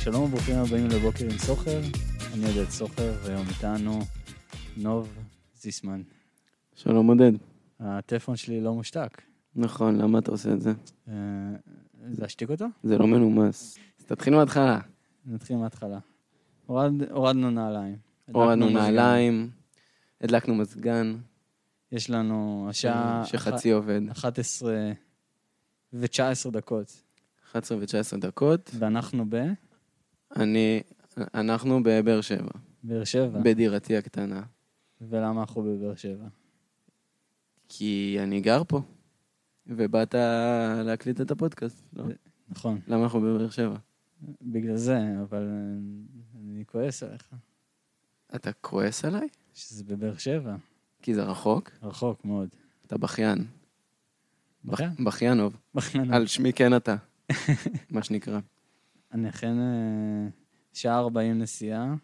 שלום וברוכים הבאים לבוקר עם סוחר. אני עודד סוחר, והיום איתנו נוב זיסמן. שלום עודד. הטלפון שלי לא מושתק. נכון, למה אתה עושה את זה? אה, להשתיק אותו? זה לא מנומס. אז תתחיל מההתחלה. נתחיל מההתחלה. הורד- הורדנו נעליים. הורדנו הדלקנו מזגן. נעליים, הדלקנו מזגן, יש לנו השעה... כן, שחצי עובד. אחת- 11 ו-19 דקות, 11 ו-19 דקות. ואנחנו בבאר אני, אנחנו בבאר שבע, שבע. בדירתי הקטנה, ולמה אנחנו בבאר שבע? כי אני גר פה, ובאת להקליט את הפודקאסט, לא? נכון, למה אנחנו בבאר שבע? בגלל זה, אבל אה, אני כועס עליך, אתה כועס עליי? שזה בבאר שבע, כי זה רחוק? רחוק מאוד. כן. אתה בכיין. בכיין. בכיינוב. בכיין. על שמי כן אתה, מה שנקרא. אני אכן אה, שעה 40 נסיעה,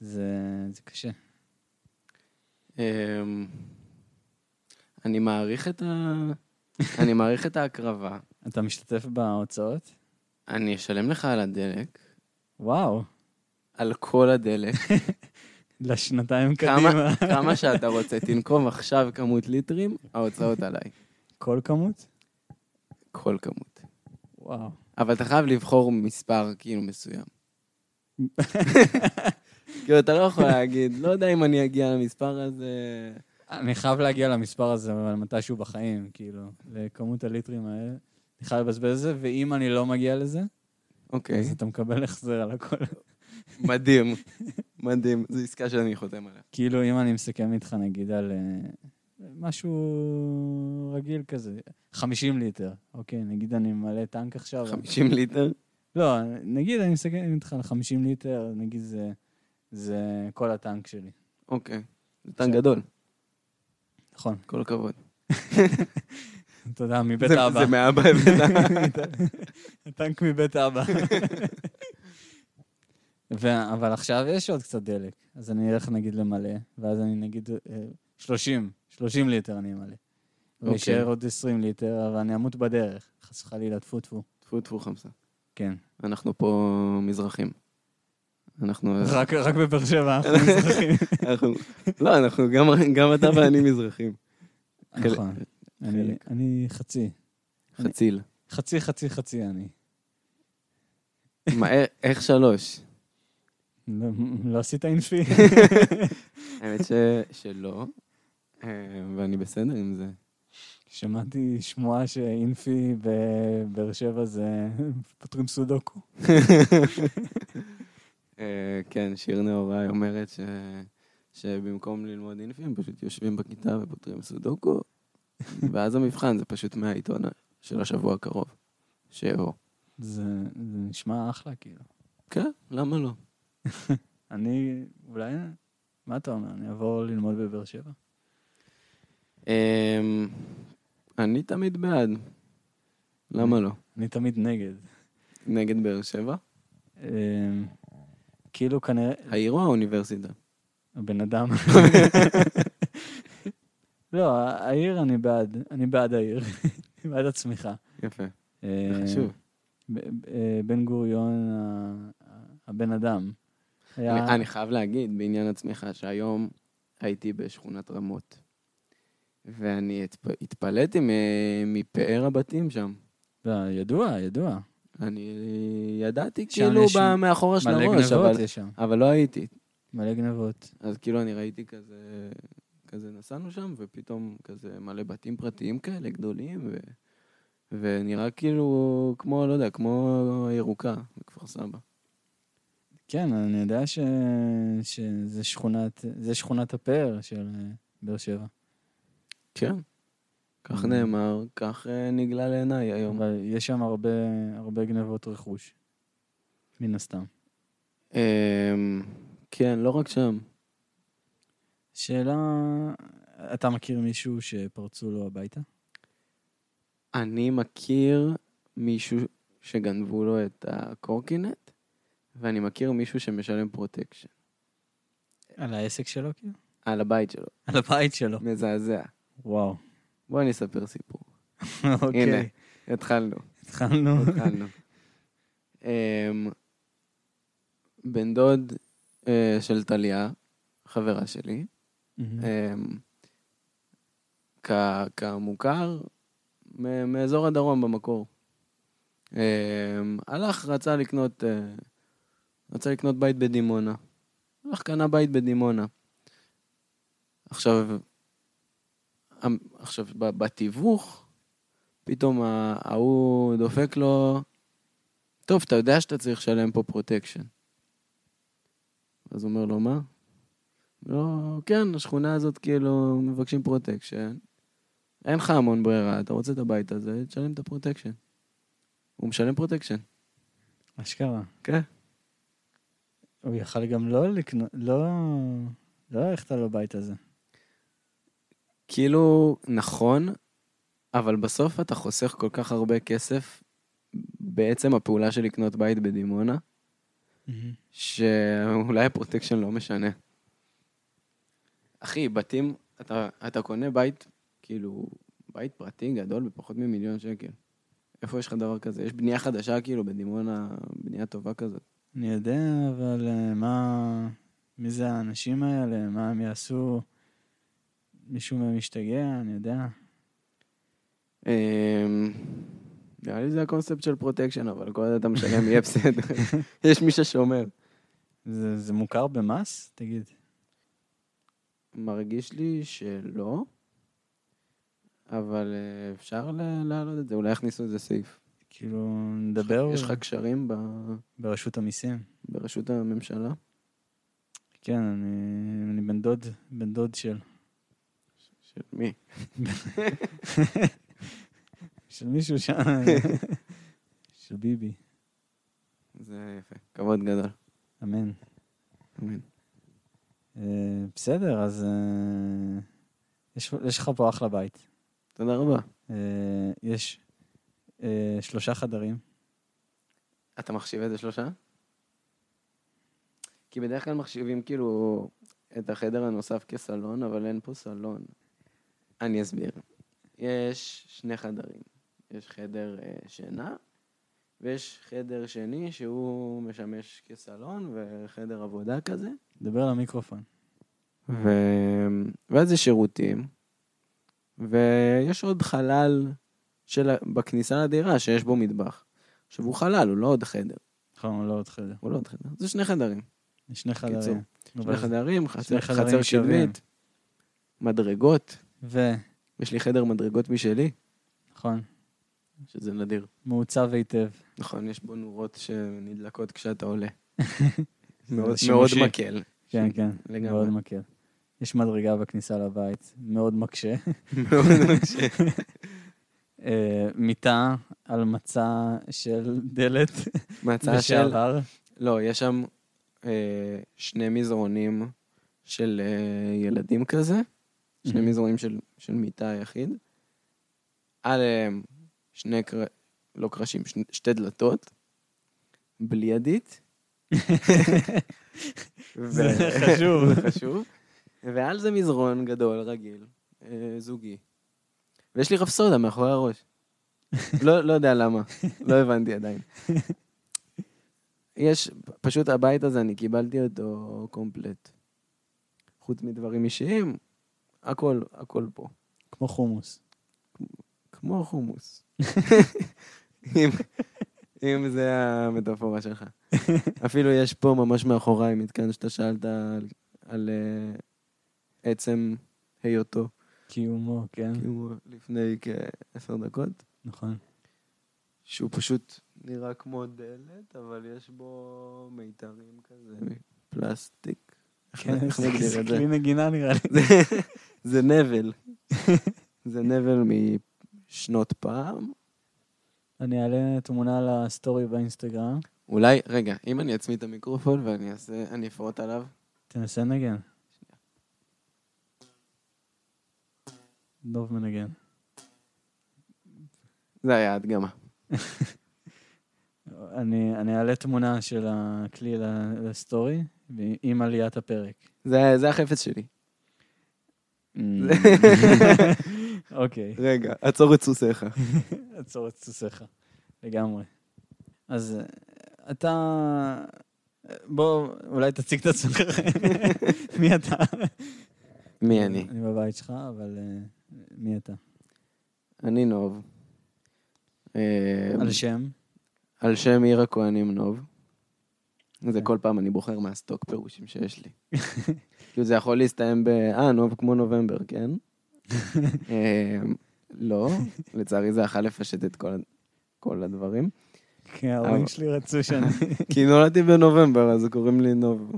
זה, זה קשה. אמ, אני מעריך את ה... אני מעריך את ההקרבה. אתה משתתף בהוצאות? אני אשלם לך על הדלק, וואו, על כל הדלק, לשנתיים קדימה. כמה, כמה שאתה רוצה. תנקוב עכשיו כמות ליטרים, ההוצאות עליי. כל כמות? כל כמות. וואו. אבל אתה חייב לבחור מספר כאילו מסוים. כאילו, אתה לא יכול להגיד, לא יודע אם אני אגיע למספר הזה. אני חייב להגיע למספר הזה, אבל מתישהו בחיים, כאילו, לכמות הליטרים האלה. אני חייב לבזבז את זה, ואם אני לא מגיע לזה, אוקיי, אז אתה מקבל החזר על הכל. מדהים, מדהים. זו עסקה שאני חותם עליה. כאילו, אם אני מסכם איתך, נגיד, על אה, משהו רגיל כזה, 50 ליטר, אוקיי, נגיד אני ממלא טנק עכשיו. 50 ליטר? לא, נגיד אני מסתכל איתך על 50 ליטר, נגיד זה, זה כל הטנק שלי. אוקיי. זה טנק גדול, נכון, כל הכבוד. תודה, מבית זה- אבא. זה מאבא הבאת. הטנק מבית אבא. ו- אבל עכשיו יש עוד קצת דלק, אז אני אלך נגיד למלא, ואז אני נגיד אה, 30, 30 ליטר אני אמלא. ויישאר אוקיי. עוד 20 ליטר, אבל אני אמות בדרך, חס וחלילה, טפו טפו. טפו טפו חמסה. כן. אנחנו פה מזרחים. אנחנו... רק רק בבאר שבע אנחנו מזרחים. אנחנו- לא, אנחנו גם- גם אתה ואני מזרחים. חלק- נכון. אני- חלק. אני חצי. חציל. חצי, חצי, חצי אני. מה, א- איך שלוש? לא- לא עשית אינפי? האמת ש- שלא, אה, ואני בסדר עם זה. שמעתי שמועה שאינפי בבאר שבע זה פותרים סודוקו. אה, כן, שיר נאורי אומרת ש... שבמקום ללמוד אינפי, הם פשוט יושבים בכיתה ופותרים סודוקו, ואז המבחן זה פשוט מהעיתון של השבוע הקרוב, שיבוא. זה זה נשמע אחלה, כאילו. כן, למה לא? אני, אולי, מה אתה אומר? אני אעבור ללמוד בבאר שבע? אמ, אני תמיד בעד. למה לא? אני תמיד נגד. נגד באר שבע? אמ, כאילו כנראה, העיר או האוניברסיטה? הבן אדם. לא, העיר אני בעד, אני בעד העיר, אני בעד הצמיחה. יפה, זה אה, חשוב. ב- אה, בן גוריון, ה- ה- הבן אדם, היה... אני- אני חייב להגיד בעניין עצמך שהיום הייתי בשכונת רמות, ואני התפ- התפלאתי מ- מפאר הבתים שם. לא, ידוע, ידוע. אני ידעתי שם כאילו יש ב- מאחורה של מלא הראש, אבל- גנבות יש שם, אבל לא הייתי. מלא גנבות. אז כאילו אני ראיתי כזה, כזה נסענו שם, ופתאום כזה מלא בתים פרטיים כאלה גדולים, ו... ונראה כאילו כמו, לא יודע, כמו ירוקה בכפר סבא. כן, אני יודע ש... שזה שכונת, זה שכונת הפאר של אה, באר שבע. כן. כך נאמר, כך אה, נגלה לעיניי היום. אבל יש שם הרבה, הרבה גנבות רכוש, מן הסתם. אמ, כן, לא רק שם. שאלה, אתה מכיר מישהו שפרצו לו הביתה? אני מכיר מישהו שגנבו לו את הקורקינט, ואני מכיר מישהו שמשלם פרוטקשן. על העסק שלו, כאילו? על הבית שלו. על הבית שלו. מזעזע. וואו. בוא אני אספר סיפור. אוקיי, התחלנו. התחלנו. התחלנו. אמ, בן דוד אה, של טליה, חברה שלי, אה, כ- כמוכר מ- מאזור הדרום במקור. אה, הלך, רצה לקנות, אה, רצה לקנות בית בדימונה. הלך, קנה בית בדימונה. עכשיו, המ- עכשיו, ב- בתיווך, פתאום ה- ההוא דופק לו, טוב, אתה יודע שאתה צריך לשלם פה פרוטקשן. אז הוא אומר לו, מה? לא, כן, השכונה הזאת כאילו מבקשים פרוטקשן. אין לך המון ברירה, אתה רוצה את הבית הזה, תשלם את הפרוטקשן. הוא משלם פרוטקשן. אשכרה. כן. הוא יכל גם לא לקנות, לא... לא ללכת על הבית הזה. כאילו, נכון, אבל בסוף אתה חוסך כל כך הרבה כסף בעצם הפעולה של לקנות בית בדימונה, שאולי הפרוטקשן לא משנה. אחי, בתים, אתה, אתה קונה בית, כאילו, בית פרטי גדול בפחות ממיליון שקל. איפה יש לך דבר כזה? יש בנייה חדשה, כאילו, בדימונה, בנייה טובה כזאת. אני יודע, אבל אה, מה... מי זה האנשים האלה? מה הם יעשו? מישהו מהם ישתגע? אני יודע. אמ, נראה לי זה הקונספט של פרוטקשן, אבל כל עוד אתה משלם יהיה בסדר. יש מי ששומר. זה, זה מוכר במס? תגיד. מרגיש לי שלא, אבל אה, אפשר ל- להעלות את זה, אולי יכניסו איזה סעיף. כאילו, נדבר יש לך קשרים ב- ברשות המיסים. ברשות הממשלה? כן, אני, אני בן דוד, בן דוד של... של מי? של מישהו שם. של ביבי. זה יפה. כבוד גדול. אמן. אמן. אה, בסדר, אז אה, יש, יש לך פה אחלה בית. תודה רבה. אה, יש אה, שלושה חדרים. אתה מחשיב את השלושה? כי בדרך כלל מחשיבים כאילו את החדר הנוסף כסלון, אבל אין פה סלון. אני אסביר. יש שני חדרים. יש חדר אה, שינה, ויש חדר שני שהוא משמש כסלון וחדר עבודה כזה. דבר למיקרופון. ו... ואז יש שירותים, ויש עוד חלל של... ה- בכניסה לדירה שיש בו מטבח. עכשיו, הוא חלל, הוא לא עוד חדר. נכון, לא עוד חדר. הוא לא עוד חדר. זה שני חדרים. יש שני קיצור, חדרים. נו, שני ואז- חדרים, שני חצר חדרים חצר שווים. קדמית, מדרגות, ו... יש לי חדר מדרגות משלי, נכון. שזה נדיר. מעוצב היטב. נכון, יש בו נורות שנדלקות כשאתה עולה. מאוד מאוד שימושי. מקל. כן, כן. לגמרי. מאוד מקל. יש מדרגה בכניסה לבית, מאוד מקשה. מאוד מקשה. אה, מיטה על מצע של דלת מהצעה של... לשעבר. לא, יש שם אה, שני מזרונים של אה, ילדים כזה, שני Mhm. מזרונים של, של מיטה יחיד. עליהם שני קר... לא קרשים, שני, שתי דלתות, בלי ידית. ו- זה חשוב. זה חשוב. ועל זה מזרון גדול, רגיל, אה, זוגי. ויש לי רפסודה מאחורי הראש. לא, לא יודע למה, לא הבנתי עדיין. יש, פשוט הבית הזה, אני קיבלתי אותו קומפלט. חוץ מדברים אישיים, הכל, הכל פה. כמו חומוס. כמו חומוס. אם, אם זה המטאפורה שלך. אפילו יש פה ממש מאחוריי מתקן שאתה שאלת על, על אה, עצם היותו, קיומו, כן. כאילו לפני כעשר דקות, נכון. שהוא פשוט נראה כמו דלת, אבל יש בו מיתרים כזה, פלסטיק. איך- כן, איך נגדיר זה את זה? כלי נגינה נראה לי. זה- זה נבל. זה נבל משנות פעם. אני אעלה תמונה לסטורי באינסטגרם. אולי, רגע, אם אני אצמיד את המיקרופון ואני אעשה, אני אפרוט עליו, תנסה לנגן. דוב מנגן. זה היה הדגמה. אני אני אעלה תמונה של הכלי ל- לסטורי ו- עם עליית הפרק. זה, זה החפץ שלי. Mm. אוקיי, רגע, עצור את סוסיך. עצור את סוסיך. לגמרי. אז אה, אתה בוא, אולי תציג את עצמך. מי אתה? מי אני? אני בבית שלך, אבל אה, מי אתה? אני נוב. אה, על שם? על שם עיר הכהנים נוב. זה כל פעם אני בוחר מהסטוק פירושים שיש לי. כאילו זה יכול להסתיים ב... אה, נוב כמו נובמבר, כן? אה, לא, לצערי זה יכול לפשט את כל ה- כל הדברים. כי כן, ההורים שלי רצו שאני... כי נולדתי בנובמבר, אז קוראים לי נוב.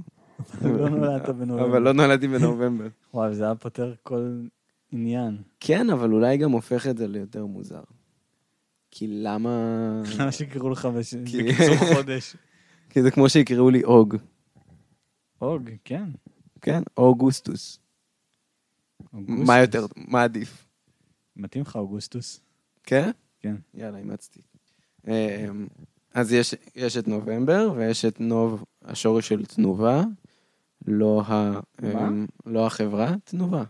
לא נולדת בנובמבר. אבל לא נולדתי בנובמבר. וואי, זה היה פותר כל עניין. כן, אבל אולי גם הופך את זה ליותר מוזר. כי למה... למה שיקראו לך בש- כי- בקיצור חודש? כי זה כמו שיקראו לי אוג. אוג, כן. כן, אוגוסטוס. אוגוסטוס. מה יותר, מה עדיף? מתאים לך אוגוסטוס. כן? כן. יאללה, אימצתי. אמ, אז יש, יש את נובמבר, ויש את נוב, השורש של תנובה, לא, ה, מה? אמ, לא החברה, תנובה.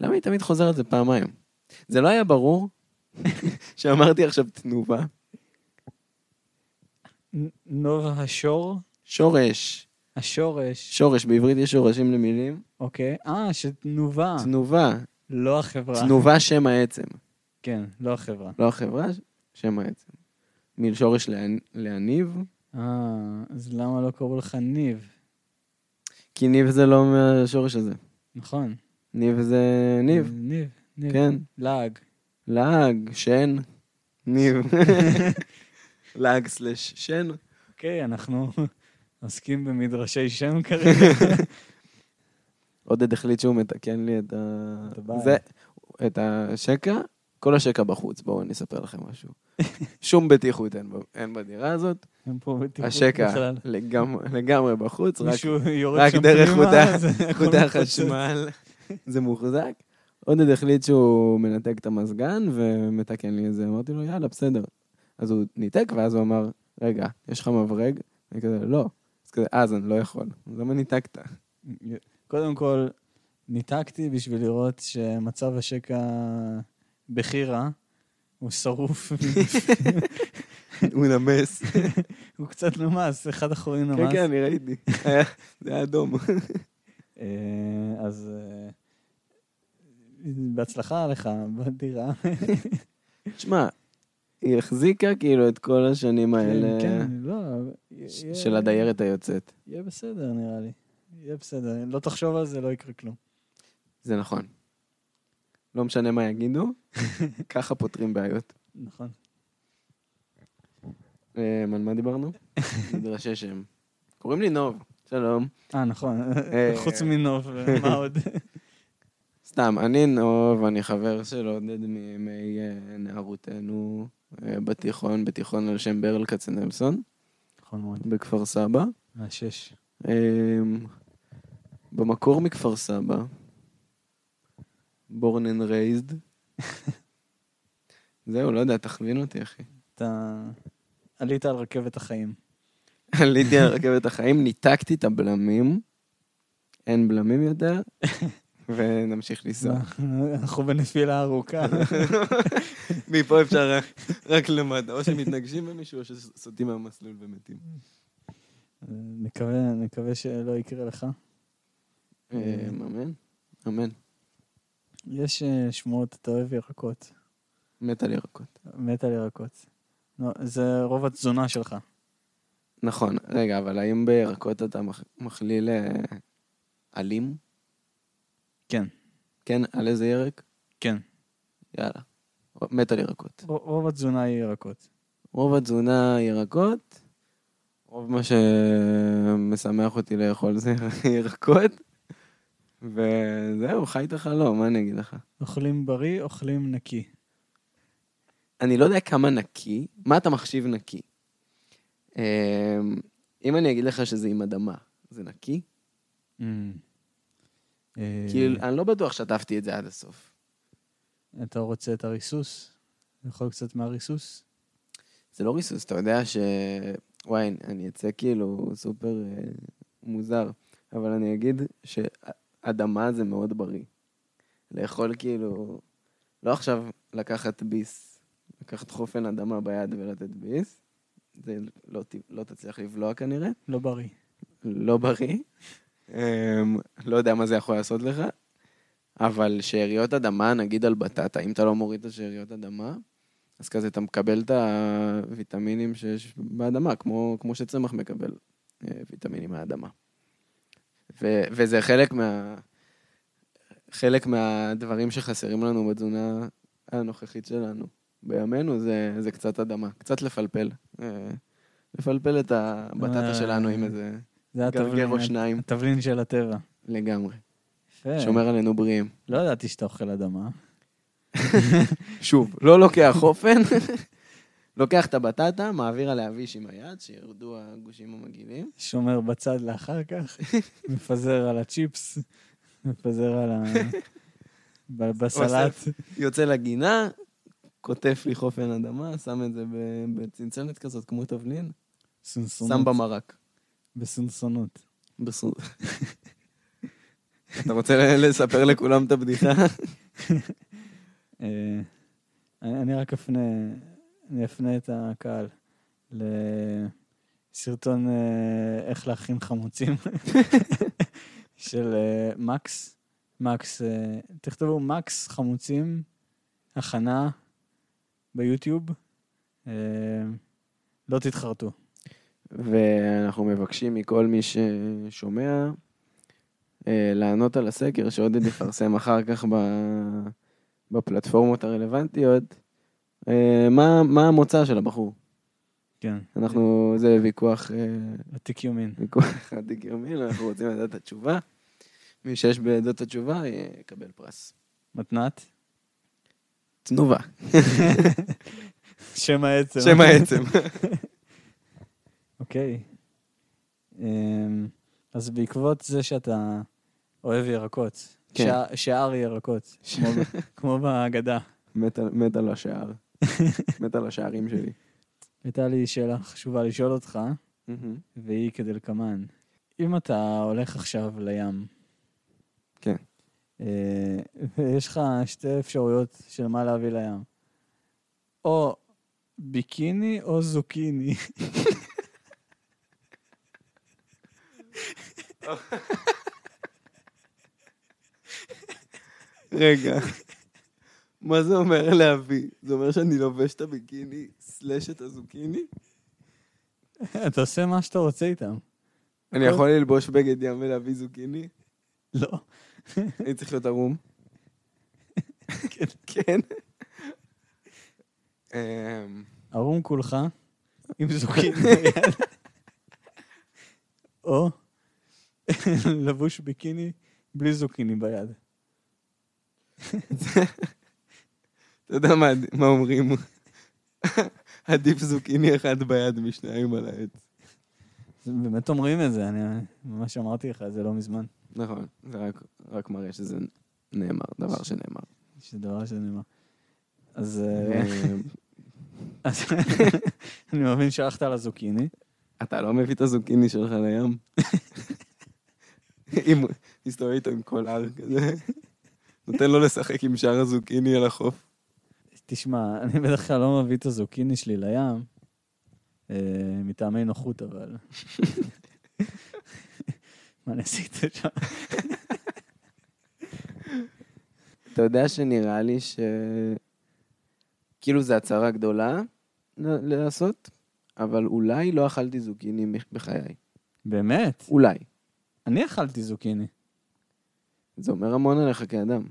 למה היא תמיד חוזרת זה פעמיים? זה לא היה ברור שאמרתי עכשיו תנובה? נ- נוב השור? שורש, השורש. שורש, בעברית יש שורשים למילים. אוקיי. אה, שתנובה. תנובה, לא החברה. תנובה שם העצם. כן, לא החברה. לא החברה, שם העצם. מלשורש להנ- להניב, אה, אז למה לא קראו לך ניב? כי ניב זה לא מהשורש הזה. נכון. ניב זה ניב, ניב, ניב. כן. לעג. לעג, שן, ניב. לעג סלש שן. אוקיי, אנחנו עוסקים במדרשי שם כרגע. עודד החליט שהוא מתקן לי את ה... את הבית. זה, את השקע, כל השקע בחוץ, בואו אני אספר לכם משהו. שום בטיחות אין, ב- אין בדירה הזאת, אין פה בטיחות השקע בכלל. לגמרי, לגמרי בחוץ, רק מישהו יורד רק שם דרך פנימה, חוטה- זה הכל חוטי מתפוצץ. החשמל, זה מוחזק. עודד החליט שהוא מנתק את המזגן ומתקן לי את זה. אמרתי לו, יאללה, בסדר. אז הוא ניתק, ואז הוא אמר, רגע, יש לך מברג? אני כזה, לא. אז כזה, אז אני לא יכול. אז למה ניתקת? קודם כל, ניתקתי בשביל לראות שמצב השקע בחירה הוא שרוף, הוא נמס. הוא קצת נמס, אחד אחורי נמס. כן, כן, אני ראיתי. היה- זה היה אדום. אה, אז אה, בהצלחה לך בדירה. תשמע, היא החזיקה כאילו את כל השנים האלה כן, לא, אה, ש- יהיה- של הדיירת היוצאת. יהיה בסדר, נראה לי. יהיה בסדר. לא תחשוב על זה, לא יקרה כלום. זה נכון. לא משנה מה יגידו, ככה פותרים בעיות. נכון. אה, על מה דיברנו? מדרשי שם. קוראים לי נוב, שלום. אה, נכון. אה, חוץ מנוף, מה עוד? סתם, אני נוב, אני חבר של עודד מימי אה, נערותנו אה, בתיכון, בתיכון על שם ברל כצנלסון, נכון מאוד. בכפר סבא. מהשש. אה, במקור מכפר סבא, born and raised. זהו, לא יודע, תכווין אותי, אחי. אתה עלית על רכבת החיים. עליתי על רכבת החיים, ניתקתי את הבלמים, אין בלמים יותר, ונמשיך לנסוע. אנחנו בנפילה ארוכה. מפה אפשר רק- רק למטה, או שמתנגשים במישהו, או שסוטים מהמסלול ומתים. נקווה, נקווה שלא יקרה לך. אה, אמן, אמן. יש אה, שמועות, אתה אוהב ירקות. מת על ירקות. מת על ירקות. לא, זה רוב התזונה שלך. נכון, רגע, אבל האם בירקות אתה מח- מכליל אה, עלים? כן. כן, על איזה ירק? כן. יאללה. מת על ירקות. ר- רוב התזונה היא ירקות. רוב התזונה ירקות, רוב מה שמשמח אותי לאכול זה ירקות, וזהו, חי את החלום, מה אני אגיד לך? אוכלים בריא, אוכלים נקי. אני לא יודע כמה נקי, מה אתה מחשיב נקי? אמ, אם אני אגיד לך שזה עם אדמה, זה נקי? Mm. אה, כאילו, אני לא בטוח שטפתי את זה עד הסוף. אתה רוצה את הריסוס? לאכול קצת מהריסוס? זה לא ריסוס, אתה יודע ש... וואי, אני אצא כאילו סופר אה, מוזר, אבל אני אגיד שאדמה זה מאוד בריא. לאכול כאילו... לא עכשיו לקחת ביס, לקחת חופן אדמה ביד ולתת ביס, זה לא, ת- לא תצליח לבלוע כנראה, לא בריא. לא בריא. אמ, לא יודע מה זה יכול לעשות לך, אבל שאריות אדמה, נגיד על בטטה, אם אתה לא מוריד את השאריות אדמה, אז כזה אתה מקבל את הוויטמינים שיש באדמה, כמו, כמו שצמח מקבל אה, ויטמינים מהאדמה. ו, וזה חלק מה... חלק מהדברים שחסרים לנו בתזונה הנוכחית שלנו בימינו זה, זה קצת אדמה, קצת לפלפל. אה, לפלפל את הבטטה אה, שלנו עם איזה זה גרגר התבלין, או שניים. כן. התבלין של הטבע. אה? לגמרי. יפה. שומר עלינו בריאים. לא ידעתי שאתה אוכל אדמה. שוב, לא לוקח אופן, לוקח את הבטטה, מעביר עליה ויש עם היד, שירדו הגושים המגעילים. שומר בצד לאחר כך, מפזר על הצ'יפס, מפזר על ה... ב- בסלט. יוצא לגינה, קוטף לי חופן אדמה, שם את זה ב- בצנצנת כזאת, כמו תבלין, שם סונסונות. במרק. בסונסונות. בסו- אתה רוצה ל- לספר לכולם את הבדיחה? אה, אני אני רק אפנה, אני אפנה את הקהל לסרטון אה, איך להכין חמוצים של אה, מקס. מקס, אה, תכתבו מקס חמוצים, הכנה ביוטיוב. אה, לא תתחרטו. ואנחנו מבקשים מכל מי ששומע אה, לענות על הסקר שעודד יפרסם אחר כך ב- בפלטפורמות הרלוונטיות. אה, מה, מה המוצא של הבחור? כן, אנחנו, זה ויכוח, אה, עתיק יומין. ויכוח עתיק יומין, אנחנו רוצים לדעת את התשובה. מי שיש בידו את התשובה אה, יקבל פרס. מתנת? תנובה, שם העצם. שם העצם. אוקיי. אמ, אז בעקבות זה שאתה אוהב ירקות, כן. שע- שער ירקות, ש- כמו ב- כמו בהגדה, מת על- מת על השער, מת על השערים שלי. הייתה לי שאלה חשובה לשאול אותך, והיא כדלקמן. אם אתה הולך עכשיו לים, כן. אה, ויש לך שתי אפשרויות של מה להביא לים, או ביקיני או זוקיני. רגע, מה זה אומר להביא? זה אומר שאני לובש את הביקיני סלש את הזוקיני? כן, אתה עושה מה שאתה רוצה איתם. אני יכול ללבוש בגד ים ולהביא זוקיני? לא. אני צריך להיות ערום? כן. כן. אמ, ערום כולך, עם זוקים ביד. או לבוש ביקיני בלי זוקיני ביד. אתה יודע מה- מה אומרים? עדיף זוקיני אחד ביד משניים על העץ. זה באמת אומרים את זה, אני ממש אמרתי לך את זה לא מזמן. נכון, זה רק- רק מראה שזה נאמר, דבר שנאמר. שזה דבר שאני אומר. אז אה, אה, אז אני מבין שהלכת על הזוקיני. אתה לא מביא את הזוקיני שלך לים? אם, מסתובב איתו עם קולר כזה, נותן לו לשחק עם שאר הזוקיני על החוף. תשמע, אני בדרך כלל לא מביא את הזוקיני שלי לים, אה, מטעמי נוחות אבל. מה אני עשיתי שם? אתה יודע שנראה לי ש... כאילו זו הצהרה גדולה ל- לעשות, אבל אולי לא אכלתי זוקיני מח- בחיי. באמת? אולי. אני אכלתי זוקיני. זה אומר המון עליך כאדם.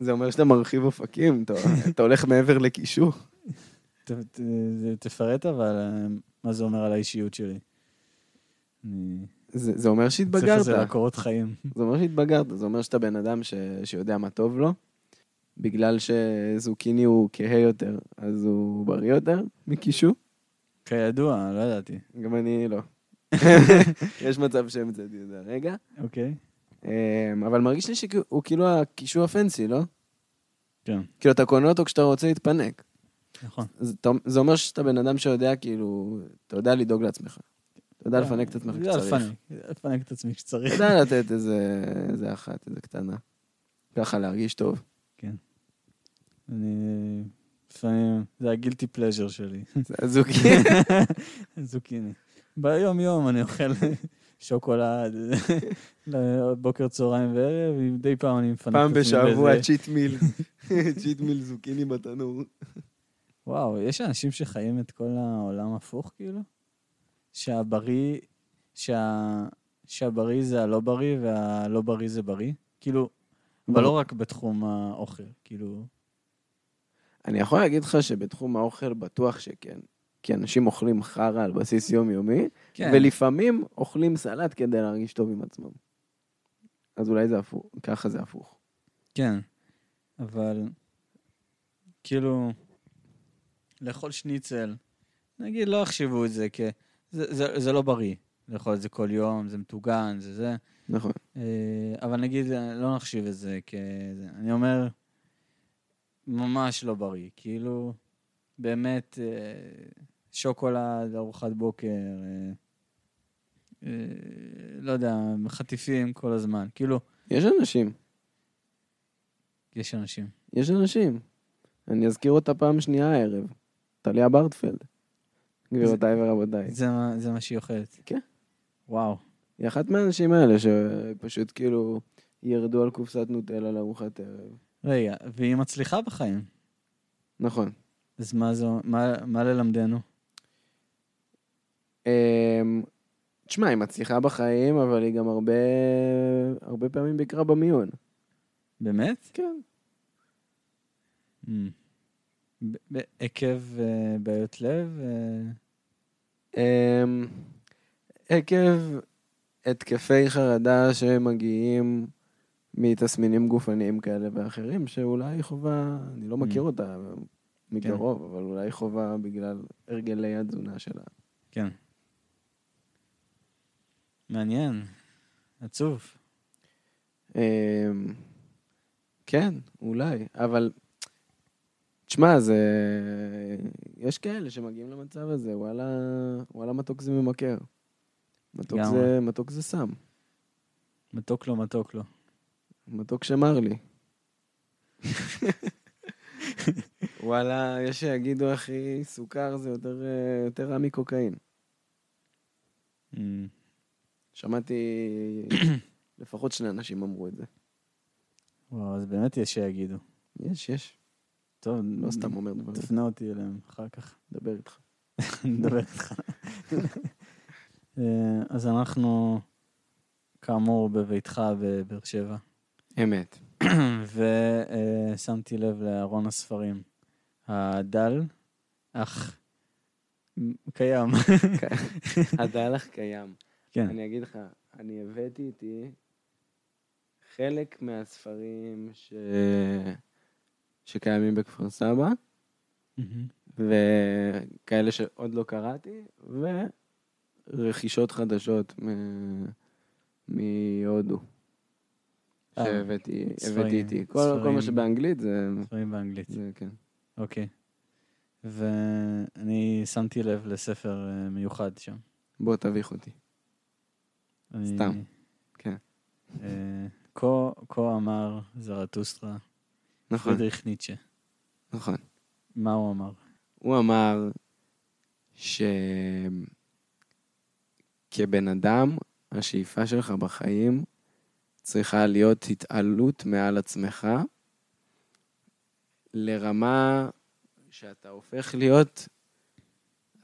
זה אומר שאתה מרחיב אופקים, אתה, אתה הולך מעבר לקישור. ת- ת- תפרט אבל אה, מה זה אומר על האישיות שלי. אני זה, זה אומר שהתבגרת. צריך איזה לקורות חיים. זה אומר שהתבגרת, זה אומר שאתה בן אדם ש... שיודע מה טוב לו. בגלל שזוקיני הוא כהה יותר, אז הוא בריא יותר מקישו. כידוע, לא ידעתי. גם אני לא. יש מצב שהמצאתי את זה הרגע. אוקיי. אמ, אבל מרגיש לי שהוא כאילו הקישו הפנסי, לא? כן, כאילו, אתה קונה אותו כשאתה רוצה להתפנק. נכון. אז אתה- זה אומר שאתה בן אדם שיודע, כאילו, אתה יודע לדאוג לעצמך. אתה יודע לפנק את עצמך אה, יודע כשצריך. לפנק, יודע לפנק את עצמי אתה כשצריך. יודע לתת איזה איזה אחת, איזה קטנה. ככה להרגיש טוב. אני לפעמים, זה הגילטי פלז'ר שלי, זה אזוקי. זוקיני. ביום-יום אני אוכל שוקולד, ל- בוקר, צהריים וערב, מדי פעם אני מפנק את פעם עצמי בשבוע בזה. צ'יט מיל. צ'יט מיל זוקיני בתנור. וואו, יש אנשים שחיים את כל העולם הפוך, כאילו? שהבריא, שה... שהבריא זה הלא בריא והלא בריא זה בריא? כאילו, אבל לא ברור. רק בתחום האוכל, כאילו... אני יכול להגיד לך שבתחום האוכל בטוח שכן. כי אנשים אוכלים חרא על בסיס יומיומי, כן, ולפעמים אוכלים סלט כדי להרגיש טוב עם עצמם. אז אולי זה הפוך, ככה זה הפוך. כן, אבל כאילו, לאכול שניצל, נגיד, לא יחשבו את זה כ... זה, זה, זה לא בריא, לאכול את זה כל יום, זה מטוגן, זה זה. נכון. אה, אבל נגיד, אה, לא נחשיב את זה כ... זה. אני אומר, ממש לא בריא. כאילו, באמת, אה, שוקולד, ארוחת בוקר, אה, אה, לא יודע, חטיפים כל הזמן. כאילו, יש אנשים, יש אנשים. יש אנשים. אני אזכיר אותה פעם שנייה הערב. טליה ברטפלד. גבירותיי ורבותיי. זה מה, זה מה שהיא אוכלת. כן. וואו. היא אחת מהאנשים האלה שפשוט כאילו ירדו על קופסת נוטלה לארוחת ערב. רגע, והיא מצליחה בחיים. נכון. אז מה זה, מה, מה ללמדנו? אמ, תשמע, היא מצליחה בחיים, אבל היא גם הרבה, הרבה פעמים ביקרה במיון. באמת? כן. Mm. ב- ב- עקב אה, בעיות לב? אה, אמ, עקב התקפי חרדה שמגיעים מתסמינים גופניים כאלה ואחרים, שאולי היא חווה, אני לא מכיר Mm. אותה מקרוב, אבל אולי היא חווה בגלל הרגלי התזונה שלה. כן. מעניין. עצוב. אמ, כן, אולי, אבל... תשמע, זה... יש כאלה שמגיעים למצב הזה, וואלה, וואלה מתוק זה ממכר. מתוק לגמרי. זה, מתוק זה סם. מתוק לו, מתוק לו. מתוק שמר לי. וואלה, יש שיגידו, אחי, סוכר זה יותר, אה, יותר רע מקוקאין. Mm. שמעתי, לפחות שני אנשים אמרו את זה. וואו, אז באמת יש שיגידו. יש, יש. טוב, לא סתם אומר דברים, תפנה אותי אליהם אחר כך. דבר איתך. נדבר איתך. אה, אז אנחנו, כאמור, בביתך בבאר שבע. אמת. ושמתי לב לארון הספרים הדל, אך מ- קיים. הדלח קיים. כן. אני אגיד לך, אני הבאתי איתי חלק מהספרים ש... שקיימים בכפר סבא, מהמם. Mm-hmm. וכאלה שעוד לא קראתי, ורכישות חדשות מ- מהודו. אה, שהבאתי ספרים, הבאתי איתי. כל, כל ספרים. מה שבאנגלית זה... ספרים באנגלית. זה כן. אוקיי. ואני שמתי לב לספר אה, מיוחד שם. בוא תביך אותי. אני- סתם, כן. אה, כה כה אמר זרטוסטרה, נכון, פרידריך ניטשה. נכון. מה הוא אמר? הוא אמר שכבן אדם, השאיפה שלך בחיים צריכה להיות התעלות מעל עצמך לרמה שאתה הופך להיות,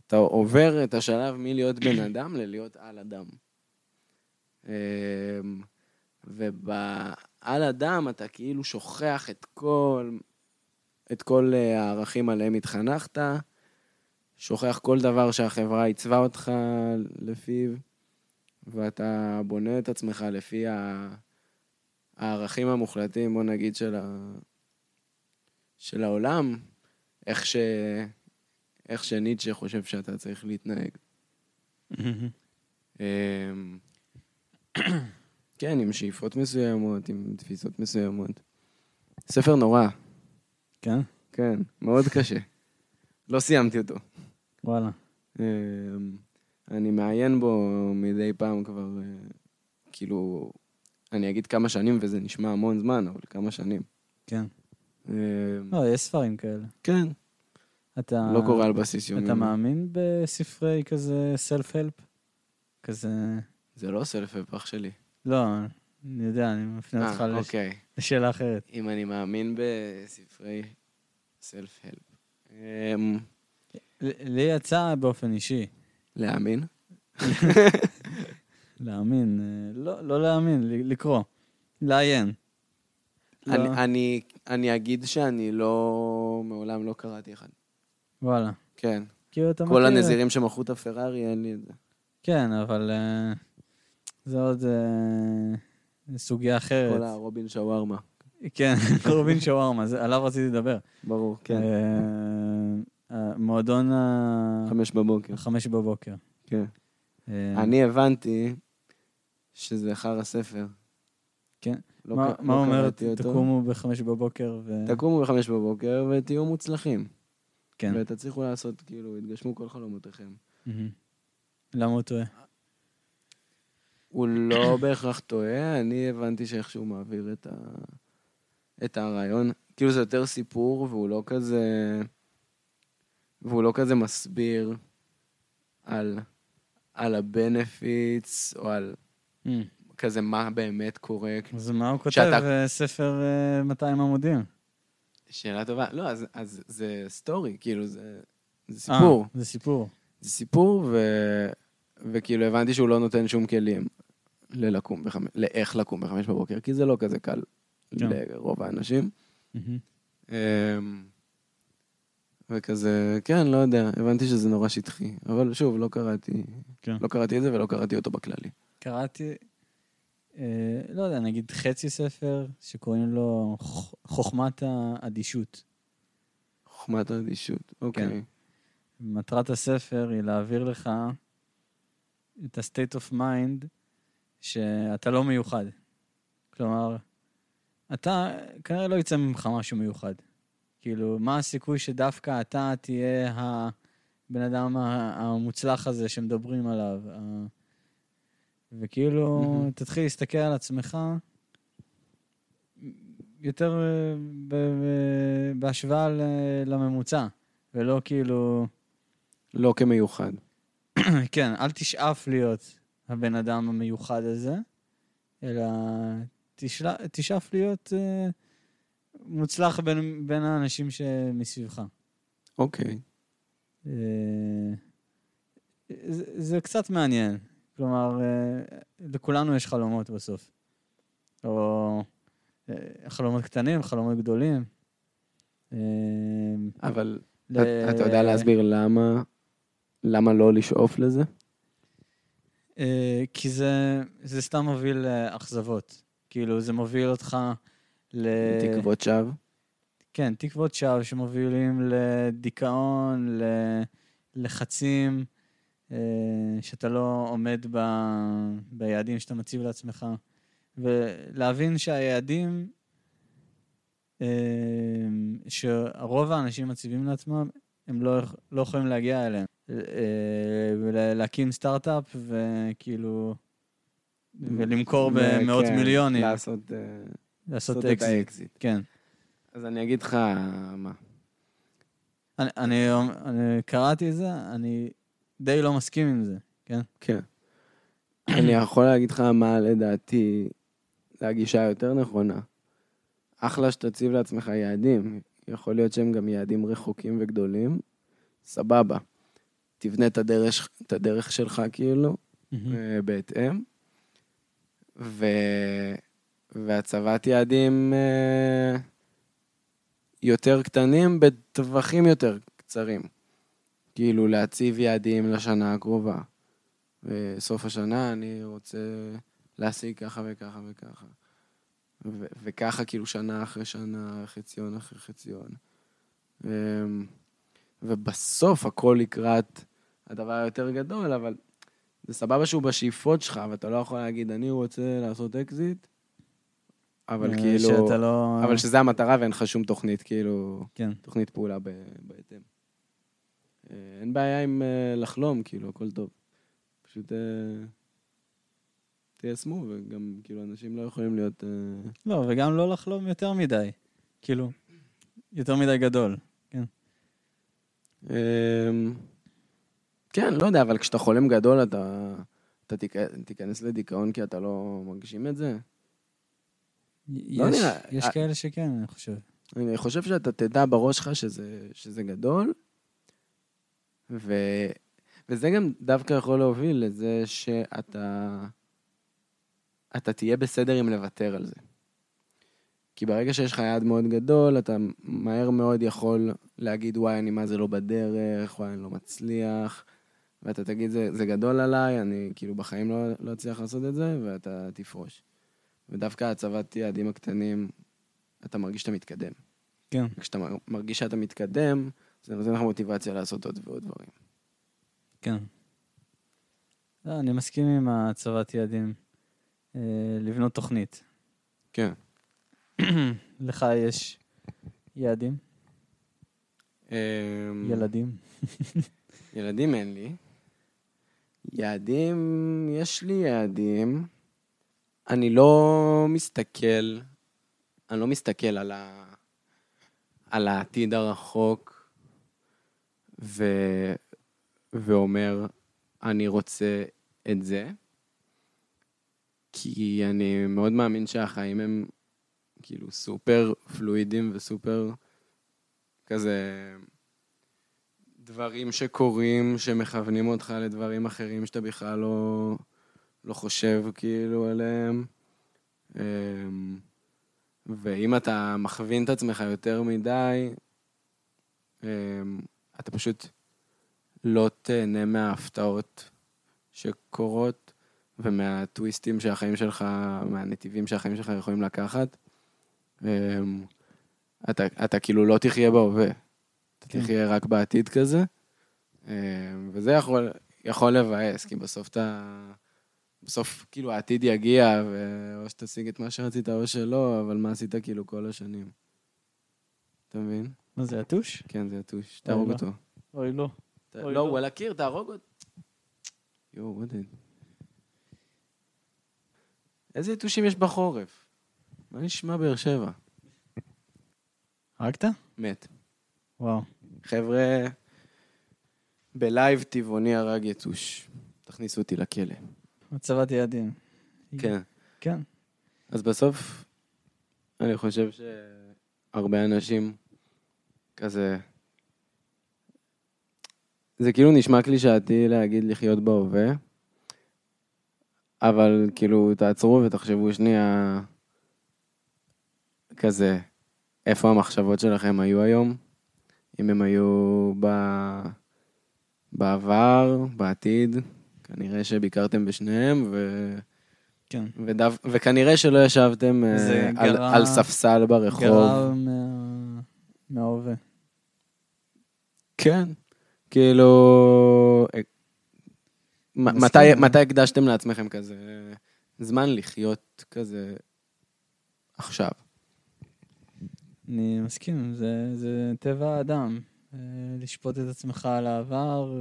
אתה עובר את השלב מלהיות בן אדם ללהיות על אדם. אמ, ובעל אדם אתה כאילו שוכח את כל את כל אה, הערכים עליהם התחנכת, שוכח כל דבר שהחברה עיצבה אותך לפיו, ואתה בונה את עצמך לפי ה- הערכים המוחלטים, בוא נגיד, של, ה... של העולם, איך, ש... איך שניטשה חושב שאתה צריך להתנהג. אמ, כן, עם שאיפות מסוימות, עם תפיסות מסוימות. ספר נורא, כן? כן, מאוד קשה. לא סיימתי אותו. וואלה. אמ, אני מעיין בו מדי פעם כבר, אה, כאילו, אני אגיד כמה שנים וזה נשמע המון זמן, אבל כמה שנים. כן. אמ, לא, יש ספרים כאלה. כן. אתה... לא קורה על בסיס יומי. אה, אתה מאמין בספרי כזה self-help? כזה... זה לא סלפ אח שלי. לא, אני יודע, אני מפנה אותך אה, לש- אוקיי. לשאלה אחרת. אם אני מאמין בספרי אמ, סלף-הלפ. ל- לי יצא באופן אישי. להאמין? להאמין, אה, לא, לא להאמין, ל- לקרוא, לעיין. לא, אני- אני- אני אגיד שאני לא... מעולם לא קראתי אחד. וואלה. כן. כאילו אתה כל הנזירים שמכרו את הפרארי, אין לי את זה. כן, אבל אה, זה עוד אה, סוגיה כל אחרת. הרובין שווארמה. כן, רובין שווארמה, זה- עליו רציתי לדבר. ברור, כן. אה, המועדון ה- חמש בבוקר. החמש בבוקר. כן. אה, אני הבנתי שזה אחר הספר. כן. לא מה- ק- מה לא אומר, קראתי אותו. תקומו בחמש בבוקר ו... תקומו בחמש בבוקר ותהיו מוצלחים. כן. ותצליחו לעשות, כאילו, יתגשמו כל חלומותיכם. מהמם. למה הוא טועה? הוא לא בהכרח טועה, אני הבנתי שאיכשהו מעביר את, ה... את הרעיון. כאילו זה יותר סיפור, והוא לא כזה... והוא לא כזה מסביר על, על הבנפיטס, או על אה, כזה מה באמת קורה. אז מה הוא כותב? שאתה- אה, ספר אה, 200 עמודים. שאלה טובה. לא, אז, אז זה סטורי, כאילו, זה, זה סיפור. אה, זה סיפור. זה סיפור, ו... וכאילו הבנתי שהוא לא נותן שום כלים ללקום בחמש, לאיך לקום בחמש בבוקר, כי זה לא כזה קל כן. לרוב האנשים. מהמם. אמ, וכזה, כן, לא יודע, הבנתי שזה נורא שטחי. אבל שוב, לא קראתי, כן. לא קראתי את זה ולא קראתי אותו בכללי. קראתי, אה, לא יודע, נגיד חצי ספר שקוראים לו ח- חוכמת האדישות. חוכמת האדישות, כן. אוקיי. מטרת הספר היא להעביר לך את ה-state of mind שאתה לא מיוחד. כלומר, אתה, כנראה לא יצא ממך משהו מיוחד. כאילו, מה הסיכוי שדווקא אתה תהיה הבן אדם ה- המוצלח הזה שמדברים עליו? ה- וכאילו, מהמם. תתחיל להסתכל על עצמך יותר אה, ב- ב- בהשוואה ל- לממוצע, ולא כאילו... לא כמיוחד. כן, אל תשאף להיות הבן אדם המיוחד הזה, אלא תשלה, תשאף להיות אה, מוצלח בין, בין האנשים שמסביבך. אוקיי. אה, זה, זה קצת מעניין. כלומר, אה, לכולנו יש חלומות בסוף. או אה, חלומות קטנים, חלומות גדולים. אה, אבל ל- אתה- אתה יודע להסביר למה, למה לא לשאוף לזה? אה, כי זה, זה סתם מוביל לאכזבות. כאילו, זה מוביל אותך ל... תקוות שווא? כן, תקוות שווא שמובילים לדיכאון, ל... לחצים, אה, שאתה לא עומד ב... ביעדים שאתה מציב לעצמך. ולהבין שהיעדים אה, שרוב האנשים מציבים לעצמם, הם לא, יכ- לא יכולים להגיע אליהם. אה, ולהקים סטארט-אפ וכאילו... ולמכור במאות כן, מיליונים. לעשות אה, לעשות לעשות את אקזיט. האקזיט. כן. אז אני אגיד לך מה. אני, אני, אני קראתי את זה, אני די לא מסכים עם זה. כן. אני יכול להגיד לך מה לדעתי, זה הגישה היותר נכונה. אחלה שתציב לעצמך יעדים. יכול להיות שהם גם יעדים רחוקים וגדולים, סבבה. תבנה את הדרך, את הדרך שלך כאילו, אה, בהתאם. ו... והצבת יעדים אה, יותר קטנים בטווחים יותר קצרים. כאילו להציב יעדים לשנה הקרובה. בסוף השנה אני רוצה להשיג ככה וככה וככה. ו- וככה כאילו שנה אחרי שנה, חציון אחרי חציון. אמ, ובסוף הכל לקראת הדבר היותר גדול, אבל זה סבבה שהוא בשאיפות שלך, ואתה לא יכול להגיד, אני רוצה לעשות אקזיט, אבל אה, כאילו... שאתה לא... אבל שזה המטרה ואין לך שום תוכנית, כאילו, כן. תוכנית פעולה ב- בהתאם. אה, אין בעיה עם אה, לחלום, כאילו, הכל טוב. פשוט אה, תיישמו, וגם, כאילו, אנשים לא יכולים להיות... אה, לא, וגם לא לחלום יותר מדי. כאילו, יותר מדי גדול. אמ, כן, לא יודע, אבל כשאתה חולם גדול, אתה, אתה תיק- תיכנס לדיכאון כי אתה לא מרגישים את זה? יש, לא נראה. יש אה. כאלה שכן, אני חושב. אני חושב שאתה תדע בראש שלך שזה, שזה גדול, ו, וזה גם דווקא יכול להוביל לזה שאתה אתה תהיה בסדר אם לוותר על זה. כי ברגע שיש לך יעד מאוד גדול, אתה מהר מאוד יכול להגיד, וואי, אני מה זה לא בדרך, וואי, אני לא מצליח, ואתה תגיד, זה, זה גדול עליי, אני כאילו בחיים לא, לא אצליח לעשות את זה, ואתה תפרוש. ודווקא הצבת יעדים הקטנים, אתה מרגיש שאתה מתקדם. כן. כשאתה מר- מרגיש שאתה מתקדם, זה נותן לך מוטיבציה לעשות עוד ועוד דברים. כן. לא, אני מסכים עם הצבת יעדים. אה, לבנות תוכנית. כן. לך יש יעדים? אמ, Mm. ילדים? ילדים אין לי. יעדים, יש לי יעדים. אני לא מסתכל, אני לא מסתכל על, ה, על העתיד הרחוק ו, ואומר, אני רוצה את זה, כי אני מאוד מאמין שהחיים הם כאילו סופר פלואידים וסופר כזה דברים שקורים, שמכוונים אותך לדברים אחרים שאתה בכלל לא, לא חושב כאילו עליהם. אמ, ואם אתה מכווין את עצמך יותר מדי, אמ, אתה פשוט לא תהנה מההפתעות שקורות ומהטוויסטים שהחיים שלך, מהנתיבים שהחיים שלך יכולים לקחת. אמ, אתה, אתה כאילו לא תחיה בהווה. כן. אתה תחיה רק בעתיד כזה. אה, וזה יכול, יכול לבאס, כי בסוף אתה... בסוף כאילו העתיד יגיע, ואו שתשיג את מה שרצית או שלא, אבל מה עשית כאילו כל השנים. אתה מבין? מה זה, יתוש? כן, זה יתוש. תהרוג לא. אותו. אוי, לא. ת- אוי, לא, לא. הוא על הקיר, תהרוג אותו. יואו, וודד. איזה יתושים יש בחורף? מה נשמע באר שבע? הרגת? מת. וואו. חבר'ה, בלייב טבעוני הרג יתוש. תכניסו אותי לכלא. הצבת יעדים. כן. כן. אז בסוף, אני חושב שהרבה אנשים כזה... זה כאילו נשמע קלישאתי להגיד לחיות בהווה, אבל כאילו תעצרו ותחשבו שנייה כזה, איפה המחשבות שלכם היו היום? אם הם היו ב... בעבר, בעתיד, כנראה שביקרתם בשניהם, ו... כן. ודו... וכנראה שלא ישבתם אה, זה על, גרע- על ספסל ברחוב. גרר מה- מההווה. כן. כאילו... אה, מ- מסכים. מתי, מתי הקדשתם לעצמכם כזה אה, זמן לחיות כזה עכשיו? אני מסכים, זה, זה טבע האדם. אה, לשפוט את עצמך על העבר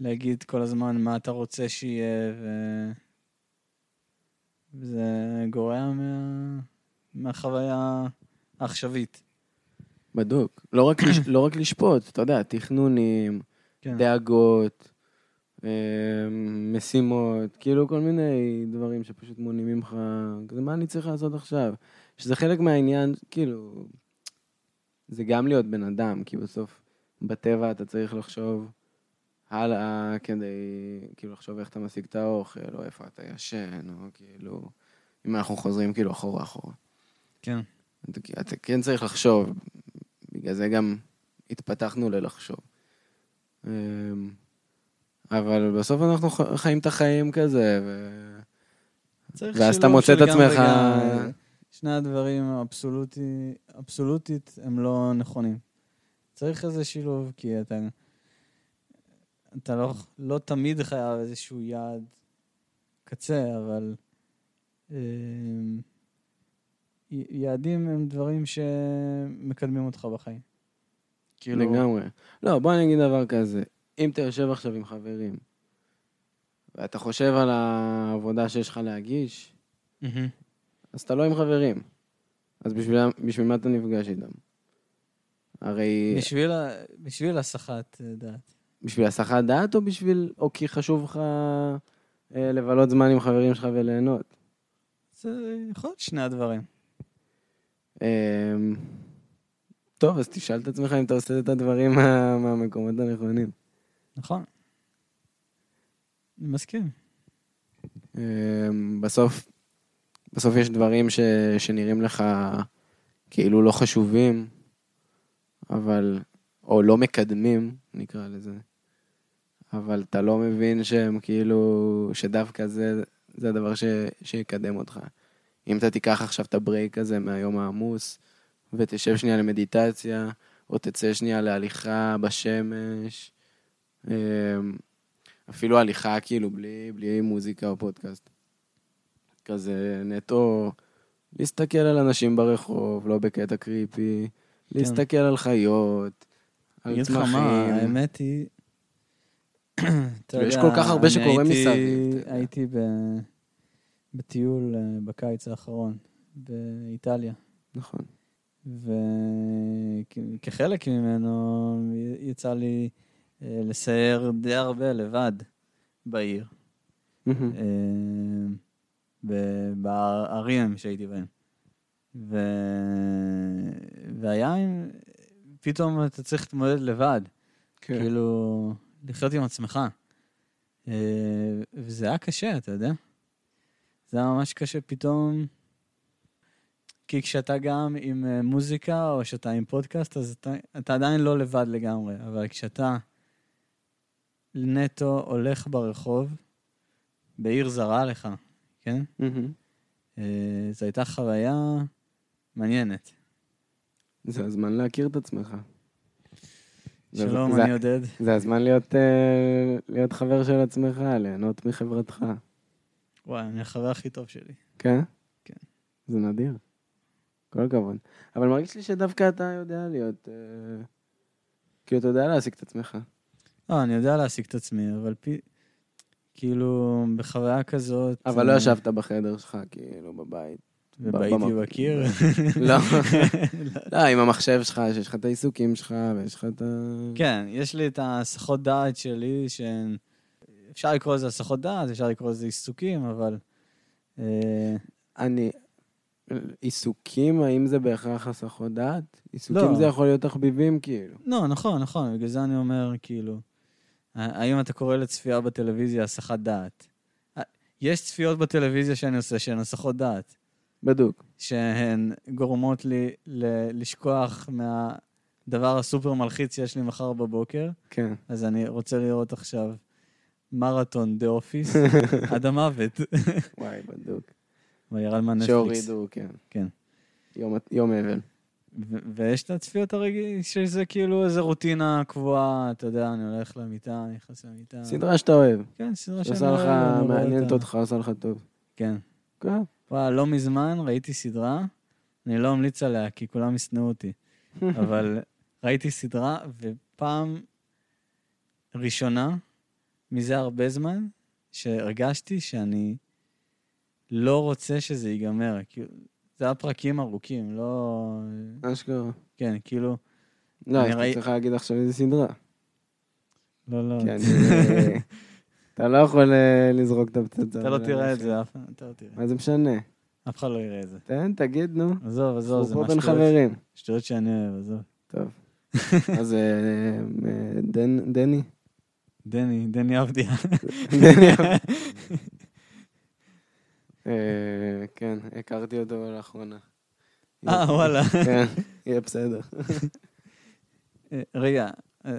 ולהגיד כל הזמן מה אתה רוצה שיהיה, ו... זה גורע מה... מהחוויה העכשווית. בדוק. לא רק, לש... לא רק לשפוט, אתה יודע, תכנונים, כן. דאגות, אה, משימות, כאילו כל מיני דברים שפשוט מונעים ממך, כזה, מה אני צריך לעשות עכשיו? שזה חלק מהעניין, כאילו, זה גם להיות בן אדם, כי בסוף בטבע אתה צריך לחשוב הלאה כדי, כאילו, לחשוב איך אתה משיג את האוכל, או איפה אתה ישן, או כאילו, אם אנחנו חוזרים כאילו אחורה אחורה. כן. אתה, אתה כן צריך לחשוב, בגלל זה גם התפתחנו ללחשוב. אמ, אבל בסוף אנחנו ח- חיים את החיים כזה, ו... צריך ואז אתה שילוב מוצא את של גם עצמך... וגם. שני הדברים האבסולוטי, אבסולוטית הם לא נכונים. צריך איזה שילוב, כי אתה, אתה לא, לא תמיד חייב איזשהו יעד קצה, אבל אה, יעדים הם דברים שמקדמים אותך בחיים. כאילו, לגמרי. לא, בוא אני אגיד דבר כזה. אם אתה יושב עכשיו עם חברים, ואתה חושב על העבודה שיש לך להגיש, מהמם. אז אתה לא עם חברים. אז בשביל, בשביל מה אתה נפגש איתם? הרי בשביל ה- בשביל הסחת אה, דעת. בשביל הסחת דעת או בשביל, או כי חשוב לך אה, לבלות זמן עם חברים שלך וליהנות? זה יכול להיות שני הדברים. אה, טוב, אז תשאל את עצמך אם אתה עושה את הדברים מה- מהמקומות הנכונים. נכון. אני מסכים. אמ, בסוף, בסוף יש דברים ש, שנראים לך כאילו לא חשובים, אבל, או לא מקדמים, נקרא לזה, אבל אתה לא מבין שהם כאילו, שדווקא זה, זה הדבר ש, שיקדם אותך. אם אתה תיקח עכשיו את הברייק הזה מהיום העמוס, ותשב שנייה למדיטציה, או תצא שנייה להליכה בשמש, אמ, אפילו הליכה, כאילו, בלי, בלי מוזיקה או פודקאסט. כזה נטו להסתכל על אנשים ברחוב, לא בקטע קריפי, כן. להסתכל על חיות, אני על אגיד לך מה, צמחים. האמת היא... אתה יש יודע, כל כך הרבה אני שקורה הייתי- מסביב, אתה יודע. הייתי ב- בטיול אה, בקיץ האחרון באיטליה, נכון. וכחלק ממנו י- יצא לי אה, לסייר די הרבה לבד בעיר, אה, ב- בערים שהייתי בהן. ו... והיה עם... פתאום אתה צריך להתמודד לבד. כן. כאילו, לחיות עם עצמך. אה, וזה היה קשה, אתה יודע? זה היה ממש קשה פתאום, כי כשאתה גם עם אה, מוזיקה או שאתה עם פודקאסט, אז אתה, אתה עדיין לא לבד לגמרי, אבל כשאתה נטו הולך ברחוב, בעיר זרה לך, כן? מהמם. אה, זו הייתה חוויה מעניינת. זה הזמן להכיר את עצמך. זה- שלום, זה- אני עודד. זה הזמן להיות, אה, להיות חבר של עצמך, ליהנות מחברתך. וואי, אני החבר הכי טוב שלי. כן? כן. זה נדיר. כל הכבוד. אבל מרגיש לי שדווקא אתה יודע להיות... אה, כאילו, אתה יודע להעסיק את עצמך. לא, אני יודע להשיג את עצמי, אבל פי... כאילו, בחוויה כזאת... אבל לא אה, ישבת בחדר שלך, כאילו, בבית. ובעיתי במ- בקיר. לא. לא, עם המחשב שלך, שיש לך את העיסוקים שלך, ויש לך את ה... כן, יש לי את ההסחות דעת שלי, שהן... אפשר לקרוא לזה הסחות דעת, אפשר לקרוא לזה עיסוקים, אבל... אה, אני... עיסוקים, האם זה בהכרח הסחות דעת? עיסוקים לא. זה יכול להיות תחביבים, כאילו. לא, נכון, נכון, בגלל זה אני אומר, כאילו, ה- האם אתה קורא לצפייה בטלוויזיה הסחת דעת? אה, יש צפיות בטלוויזיה שאני עושה שהן הסחות דעת. בדוק. שהן גורמות לי ל- לשכוח מהדבר הסופר מלחיץ שיש לי מחר בבוקר, כן. אז אני רוצה לראות עכשיו מרתון דה אופיס עד המוות. וואי, בדוק. הוא ירד מהנטפליקס. שהורידו, כן. כן. יום- יום אבל. ו- ויש את הצפיות הרגיל, שזה כאילו איזו רוטינה קבועה, אתה יודע, אני הולך למיטה, אני נכנס למיטה. סדרה שאתה אוהב. כן, סדרה אה. שאני שעושה אוהב, לך, אני לא רואה מעניינת אותה. אותך, עושה לך טוב. כן. כן. וואי, לא מזמן ראיתי סדרה, אני לא אמליץ עליה, כי כולם ישנאו אותי. אבל ראיתי סדרה, ופעם ראשונה מזה הרבה זמן, שהרגשתי שאני לא רוצה שזה ייגמר. כאילו, זה היה פרקים ארוכים, לא... אשכרה. כן, כאילו... לא, אני אז ראי- כן. אתה צריך להגיד עכשיו איזה סדרה. לא, לא. כי כן, אני- אה, אתה לא יכול אה, לזרוק את הפצצה. אתה לא אבל- תראה את זה, אף אתה לא תראה. מה זה משנה? אף אחד לא יראה את זה. תן, תגיד, נו. עזוב, עזוב, אנחנו לא, זה פה מה בין שטויות- חברים. שטויות שאני אוהב, עזוב. טוב. אז אה, אה, דן- דני? דני, דני עבדיה. דני. אה, כן, הכרתי אותו לאחרונה. אה, וואלה. כן, יהיה בסדר. אה, רגע, אה,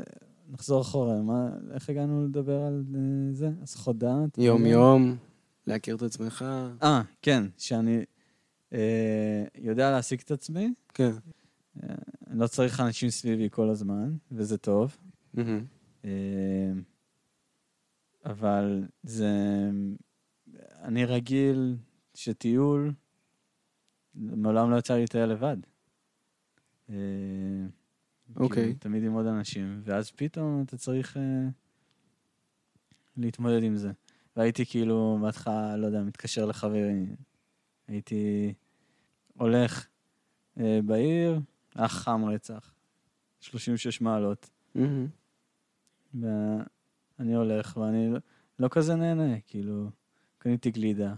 נחזור אחורה, מה, איך הגענו לדבר על אה, זה? הסחות דעת? יום-יום, להכיר את עצמך. אה, כן, שאני אה, יודע להעסיק את עצמי, כן. אני לא צריך אנשים סביבי כל הזמן, וזה טוב, מהמם. אה, אבל זה... אני רגיל שטיול, מעולם לא יצא לי לטייל לבד. אה, אוקיי. כאילו, תמיד עם עוד אנשים, ואז פתאום אתה צריך אה, להתמודד עם זה. והייתי כאילו, בהתחלה, לא יודע, מתקשר לחברים. הייתי הולך אה, בעיר, היה חם רצח. 36 מעלות, מהמם. ואני הולך ואני לא- לא כזה נהנה, כאילו, קניתי גלידה,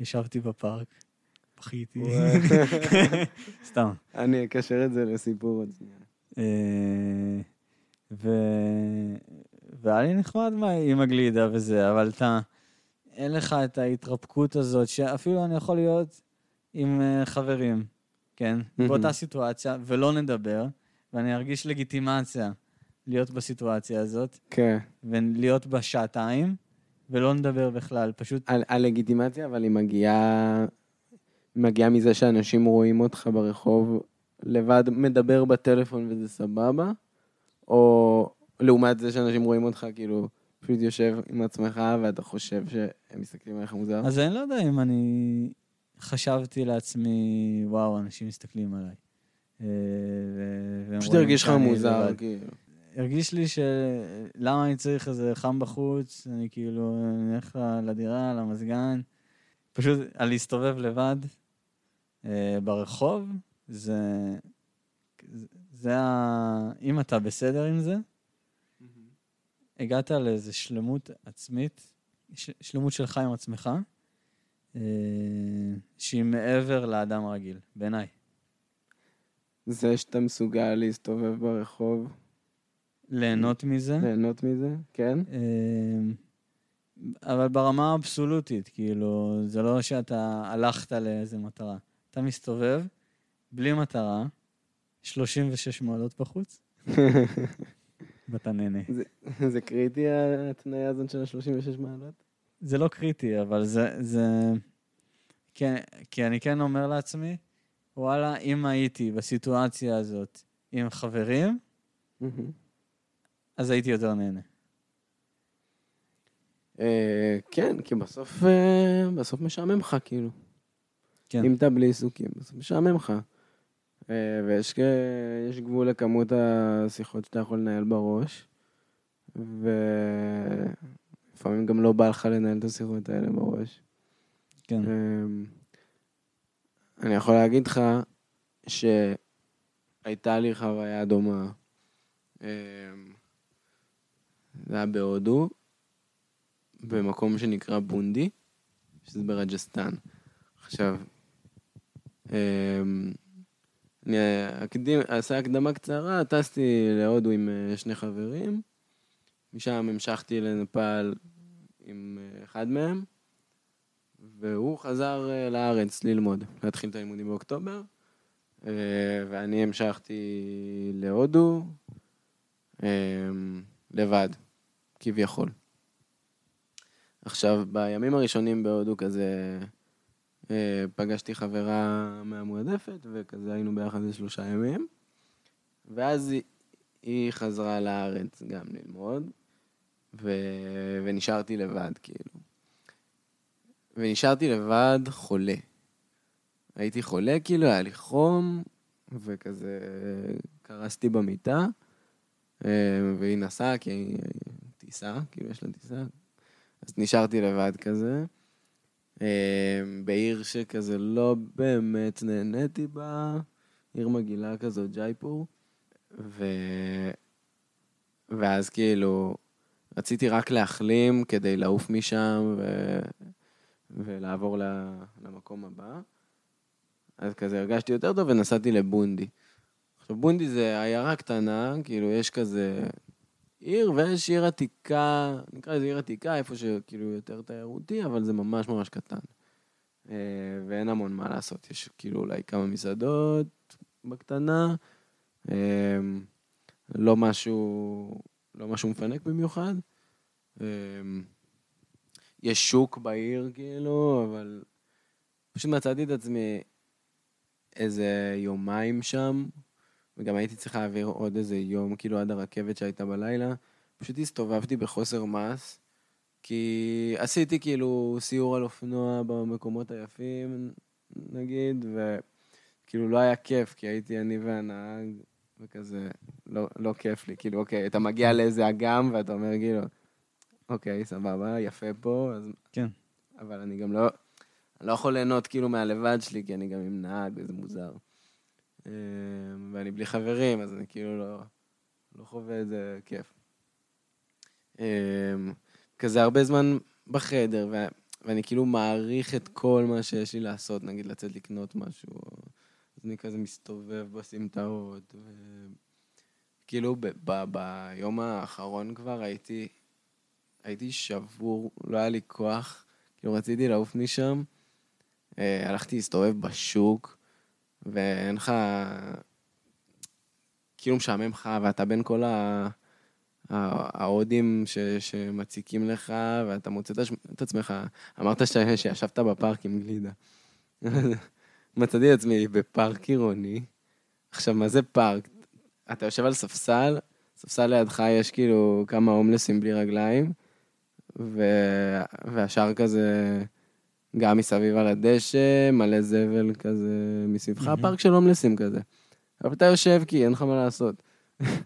ישבתי בפארק, בכיתי, סתם. אני אקשר את זה לסיפור עוד שנייה. אה, ו... והיה לי נחמד מה- עם הגלידה וזה, אבל אתה... אין לך את ההתרפקות הזאת, שאפילו אני יכול להיות עם אה, חברים, כן? מהמם. באותה סיטואציה, ולא נדבר, ואני ארגיש לגיטימציה להיות בסיטואציה הזאת, כן. ולהיות בה שעתיים, ולא נדבר בכלל, פשוט... ה- הלגיטימציה, אבל היא מגיעה... היא מגיעה מזה שאנשים רואים אותך ברחוב לבד, מדבר בטלפון וזה סבבה, או לעומת זה שאנשים רואים אותך כאילו פשוט יושב עם עצמך ואתה חושב שהם מסתכלים עליך מוזר. אז אני לא יודע אם אני חשבתי לעצמי, וואו, אנשים מסתכלים עליי. אה, ו- והם פשוט רואים הרגיש לך שאני מוזר, לבד. כאילו. הרגיש לי ש... למה אני צריך איזה חם בחוץ, אני כאילו, אני הולך ל- לדירה, למזגן. פשוט, על להסתובב לבד אה, ברחוב, זה... זה ה... אם אתה בסדר עם זה, הגעת לאיזו שלמות עצמית, ש... שלמות שלך עם עצמך, אה, שהיא מעבר לאדם הרגיל, בעיניי. זה שאתה מסוגל להסתובב ברחוב, ליהנות מזה. ליהנות מזה, כן? אמ, אבל ברמה האבסולוטית, כאילו, זה לא שאתה הלכת לאיזה מטרה. אתה מסתובב, בלי מטרה, 36 מעלות בחוץ, ואתה נהנה. זה קריטי ההתניה הזאת של ה-36 מעלות? זה לא קריטי, אבל זה... זה... כי, כי אני כן אומר לעצמי, וואלה, אם הייתי בסיטואציה הזאת עם חברים, אז הייתי יותר נהנה. אה, כן, כי בסוף, אה, בסוף משעמם לך, כאילו. כן. אם אתה בלי עיסוקים, בסוף משעמם לך. אה, ויש כ- יש גבול לכמות השיחות שאתה יכול לנהל בראש, ולפעמים גם לא בא לך לנהל את השיחות האלה בראש. כן. אמ, אני יכול להגיד לך שהייתה לי חוויה דומה. אמ, זה היה בהודו, במקום שנקרא בונדי, שזה ברג'סטן. עכשיו, אמ, אני אקדים, אעשה הקדמה קצרה, טסתי להודו עם אה, שני חברים, משם המשכתי לנפאל עם אה, אחד מהם, והוא חזר אה, לארץ ללמוד, להתחיל את הלימודים באוקטובר, אה, ואני המשכתי להודו, אה, לבד, כביכול. עכשיו, בימים הראשונים בהודו כזה, אה, פגשתי חברה מהמועדפת, וכזה היינו ביחד לשלושה ימים, ואז היא, היא חזרה לארץ גם ללמוד, ו, ונשארתי לבד, כאילו. ונשארתי לבד חולה. הייתי חולה, כאילו, היה לי חום, וכזה קרסתי במיטה, אה, והיא נסעה, כי היא היא טיסה, כאילו, יש לה טיסה. אז נשארתי לבד כזה, אה, בעיר שכזה לא באמת נהניתי בה, עיר מגעילה כזאת, ג'ייפור, ו... ואז כאילו, רציתי רק להחלים כדי לעוף משם, ו... ולעבור ל- למקום הבא. אז כזה הרגשתי יותר טוב ונסעתי לבונדי. עכשיו, בונדי זה עיירה קטנה, כאילו, יש כזה עיר ויש עיר עתיקה, נקרא לזה עיר עתיקה, איפה שכאילו יותר תיירותי, אבל זה ממש ממש קטן. אה, ואין המון מה לעשות, יש כאילו אולי כמה מסעדות בקטנה, אה, לא משהו, לא משהו מפנק במיוחד. אה, יש שוק בעיר, כאילו, אבל פשוט מצאתי את עצמי איזה יומיים שם, וגם הייתי צריך להעביר עוד איזה יום, כאילו, עד הרכבת שהייתה בלילה. פשוט הסתובבתי בחוסר מס, כי עשיתי כאילו סיור על אופנוע במקומות היפים, נגיד, וכאילו לא היה כיף, כי הייתי אני והנהג, וכזה, לא, לא כיף לי. כאילו, אוקיי, אתה מגיע לאיזה אגם, ואתה אומר, כאילו, אוקיי, סבבה, יפה פה, אז... כן. אבל אני גם לא... אני לא יכול ליהנות כאילו מהלבד שלי, כי אני גם עם נהג, וזה מוזר. אה, ואני בלי חברים, אז אני כאילו לא, לא חווה את זה כיף. אה, כזה הרבה זמן בחדר, ו... ואני כאילו מעריך את כל מה שיש לי לעשות, נגיד לצאת לקנות משהו, או- אז אני כזה מסתובב בסמטאות, ו... כאילו ב- ב- ביום האחרון כבר הייתי, הייתי שבור, לא היה לי כוח, כאילו רציתי לעוף משם, אה, הלכתי להסתובב בשוק, ואין לך... כאילו משעמם לך, ואתה בין כל ה... ה- ההודים ש, שמציקים לך, ואתה מוצא את הש- את עצמך, אמרת ש, שישבת בפארק עם גלידה. מצאתי את עצמי בפארק עירוני. עכשיו, מה זה פארק? אתה יושב על ספסל, ספסל לידך יש כאילו כמה הומלסים בלי רגליים, ו... והשאר כזה גם מסביב על הדשא, מלא זבל כזה מסביבך, מהמם. פארק של הומלסים כזה. אבל אתה יושב כי אין לך מה לעשות.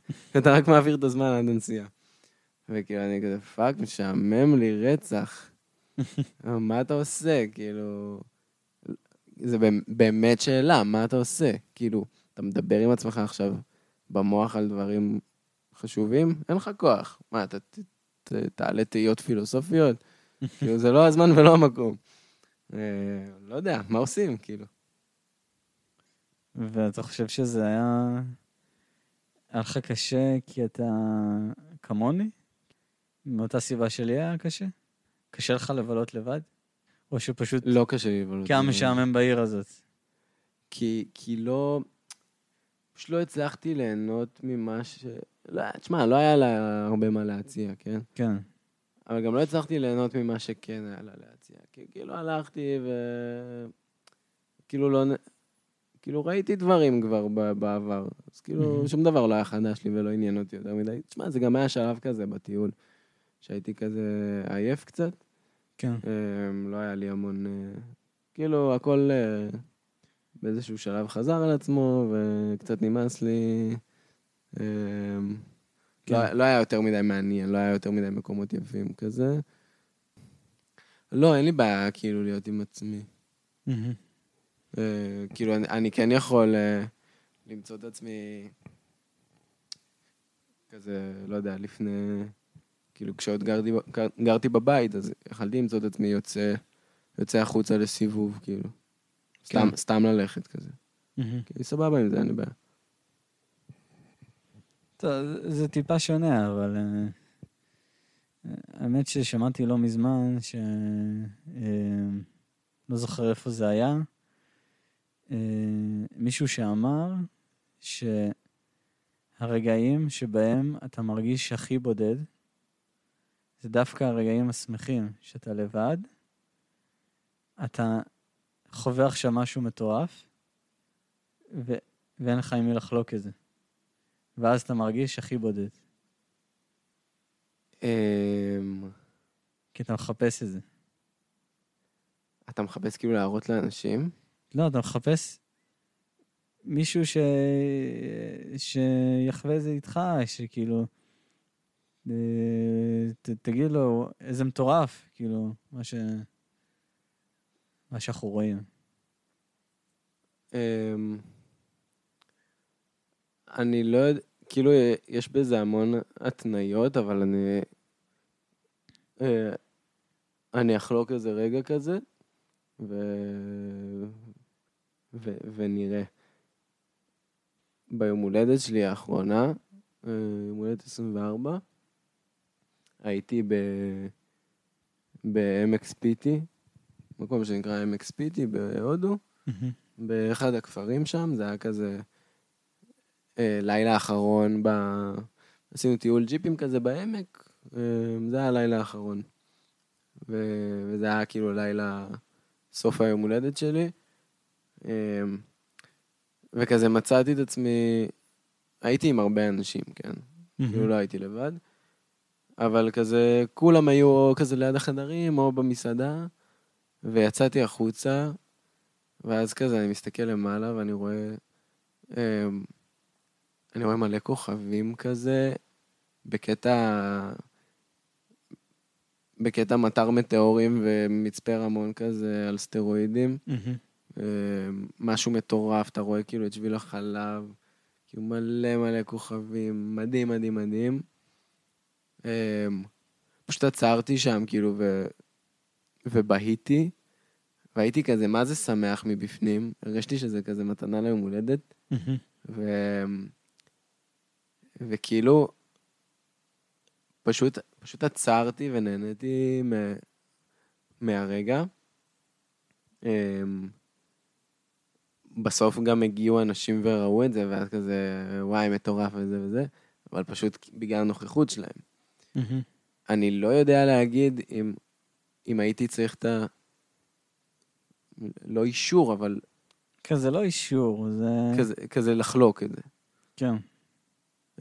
אתה רק מעביר את הזמן עד הנסיעה. וכאילו, אני כזה, פאק, משעמם לי רצח. מה אתה עושה? כאילו... זה באמת- באמת שאלה, מה אתה עושה? כאילו, אתה מדבר עם עצמך עכשיו במוח על דברים חשובים? אין לך כוח. מה, אתה ת- ת- אה, תעלה תהיות פילוסופיות? כאילו, זה לא הזמן ולא המקום. אה, לא יודע, מה עושים, כאילו? ואתה חושב שזה היה... היה לך קשה כי אתה כמוני? מאותה סיבה שלי היה קשה? קשה לך לבלות לבד? או שפשוט לא קשה לי לבלות. כי היה משעמם בעיר הזאת? כי, כי לא... פשוט לא הצלחתי ליהנות ממה ש... לא, תשמע, לא היה לה הרבה מה להציע, כן? כן. אבל גם לא הצלחתי ליהנות ממה שכן היה לה להציע. כי כאילו הלכתי ו... כאילו לא... נ- כאילו ראיתי דברים כבר ב- בעבר, אז מהמם. כאילו שום דבר לא היה חדש לי ולא עניין אותי יותר מדי. תשמע, זה גם היה שלב כזה בטיול, שהייתי כזה עייף קצת, כן. אמ, לא היה לי המון... אה, כאילו, הכל אה, באיזשהו שלב חזר על עצמו, וקצת נמאס לי. אמ, כן. לא, לא היה יותר מדי מעניין, לא היה יותר מדי מקומות יפים כזה. לא, אין לי בעיה כאילו להיות עם עצמי. מהמם. אה, כאילו, אני, אני כן יכול אה, למצוא את עצמי כזה, לא יודע, לפני... כאילו, כשעוד גרתי, ב- גר, גרתי בבית, אז יכלתי למצוא את עצמי יוצא, יוצא החוצה לסיבוב, כאילו. סתם, כן. סתם ללכת כזה. מהמם. כאילו, סבבה עם זה, אין לי בעיה. טוב, זה- זה טיפה שונה, אבל... אה, האמת ששמעתי לא מזמן, ש... אה, לא זוכר איפה זה היה, אה, מישהו שאמר שהרגעים שבהם אתה מרגיש הכי בודד, זה דווקא הרגעים השמחים שאתה לבד, אתה חווה עכשיו משהו מטורף, ו... ואין לך עם מי לחלוק את זה. ואז אתה מרגיש הכי בודד, אמ, כי אתה מחפש את זה. אתה מחפש כאילו להראות לאנשים? לא, אתה מחפש מישהו ש... שיחווה את זה איתך, שכאילו... אה, ת, תגיד לו, איזה מטורף, כאילו, מה ש... מה שאנחנו רואים. אמ, אני לא יודע, כאילו, אה, יש בזה המון התניות, אבל אני... אה, אני אחלוק איזה רגע כזה, ו... ו... ונראה. ביום הולדת שלי האחרונה, אה, יום הולדת 24, הייתי ב... בעמק ספיטי, מקום שנקרא עמק ספיטי בהודו. באחד הכפרים שם, זה היה כזה אה, לילה אחרון, ב... עשינו טיול ג'יפים כזה בעמק, אה, זה היה הלילה האחרון. ו... וזה היה כאילו לילה, סוף היום הולדת שלי. אה, וכזה מצאתי את עצמי, הייתי עם הרבה אנשים, כן? כאילו לא הייתי לבד. אבל כזה, כולם היו או כזה ליד החדרים או במסעדה, ויצאתי החוצה, ואז כזה אני מסתכל למעלה ואני רואה, אמ, אני רואה מלא כוכבים כזה, בקטע, בקטע מטר מטאורים ומצפה רמון כזה על סטרואידים. אה, משהו מטורף, אתה רואה כאילו את שביל החלב, כאילו מלא מלא כוכבים, מדהים, מדהים, מדהים. אה, פשוט עצרתי שם, כאילו, ו... ובהיתי, והייתי כזה, מה זה שמח מבפנים? הרגשתי שזה כזה מתנה ליום הולדת. ו... וכאילו, פשוט, פשוט עצרתי ונהניתי מ... מהרגע. אמ, בסוף גם הגיעו אנשים וראו את זה, ואז כזה, וואי, מטורף וזה וזה, אבל פשוט בגלל הנוכחות שלהם. אני לא יודע להגיד אם, אם הייתי צריך את ה... לא אישור, אבל כזה לא אישור, זה... כזה, כזה לחלוק את זה. כן.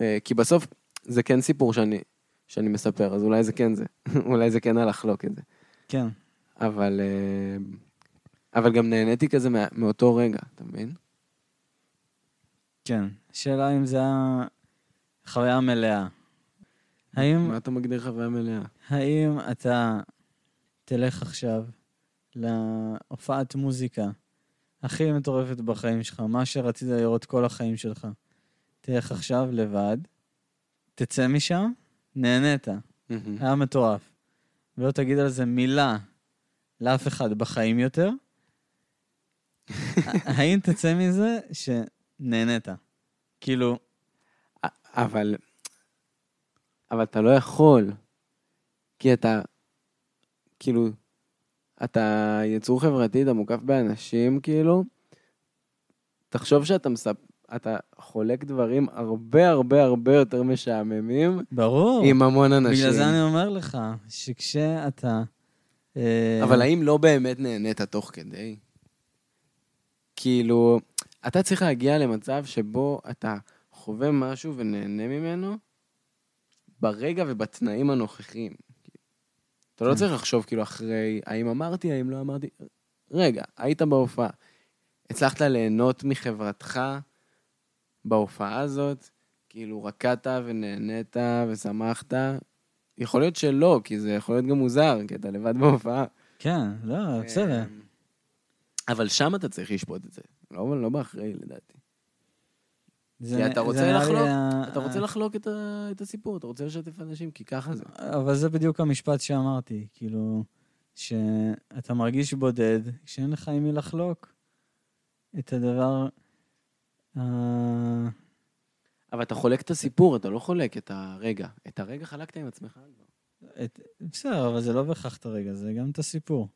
אה, כי בסוף זה כן סיפור שאני, שאני מספר, אז אולי זה כן זה. אולי זה כן הלחלוק את זה. כן. אבל, אה, אבל גם נהניתי כזה מה, מאותו רגע, אתה מבין? כן. השאלה אם זה היה חוויה מלאה. האם, מה אתה מגדיר חוויה מלאה? האם אתה תלך עכשיו להופעת מוזיקה הכי מטורפת בחיים שלך, מה שרצית לראות כל החיים שלך, תלך עכשיו לבד, תצא משם, נהנית, היה מטורף, ולא תגיד על זה מילה לאף אחד בחיים יותר, האם תצא מזה שנהנית? כאילו, אבל, אבל אתה לא יכול, כי אתה, כאילו, אתה יצור חברתי, אתה מוקף באנשים, כאילו, תחשוב שאתה מספ... אתה חולק דברים הרבה הרבה הרבה יותר משעממים ברור. עם המון אנשים. בגלל זה אני אומר לך, שכשאתה... אה, אבל האם לא באמת נהנית תוך כדי? כאילו, אתה צריך להגיע למצב שבו אתה חווה משהו ונהנה ממנו ברגע ובתנאים הנוכחיים. אתה לא כן. צריך לחשוב כאילו אחרי, האם אמרתי, האם לא אמרתי. רגע, היית בהופעה. הצלחת ליהנות מחברתך בהופעה הזאת, כאילו רקדת ונהנית ושמחת. יכול להיות שלא, כי זה יכול להיות גם מוזר, כי אתה לבד בהופעה. כן, לא, בסדר. אמ, אבל שם אתה צריך לשפוט את זה, לא, לא באחראי לדעתי. זה- כי אתה זה רוצה נראה לי לחלוק? ה- אתה רוצה לחלוק את, ה, את הסיפור, אתה רוצה לשתף אנשים, כי ככה זה. אבל זה בדיוק המשפט שאמרתי, כאילו, שאתה מרגיש בודד, כשאין לך עם מי לחלוק את הדבר... אה, אבל אתה חולק את הסיפור, אתה לא חולק את הרגע. את הרגע חלקת עם עצמך כבר. את... בסדר, אבל זה לא בהכרח את הרגע, זה גם את הסיפור.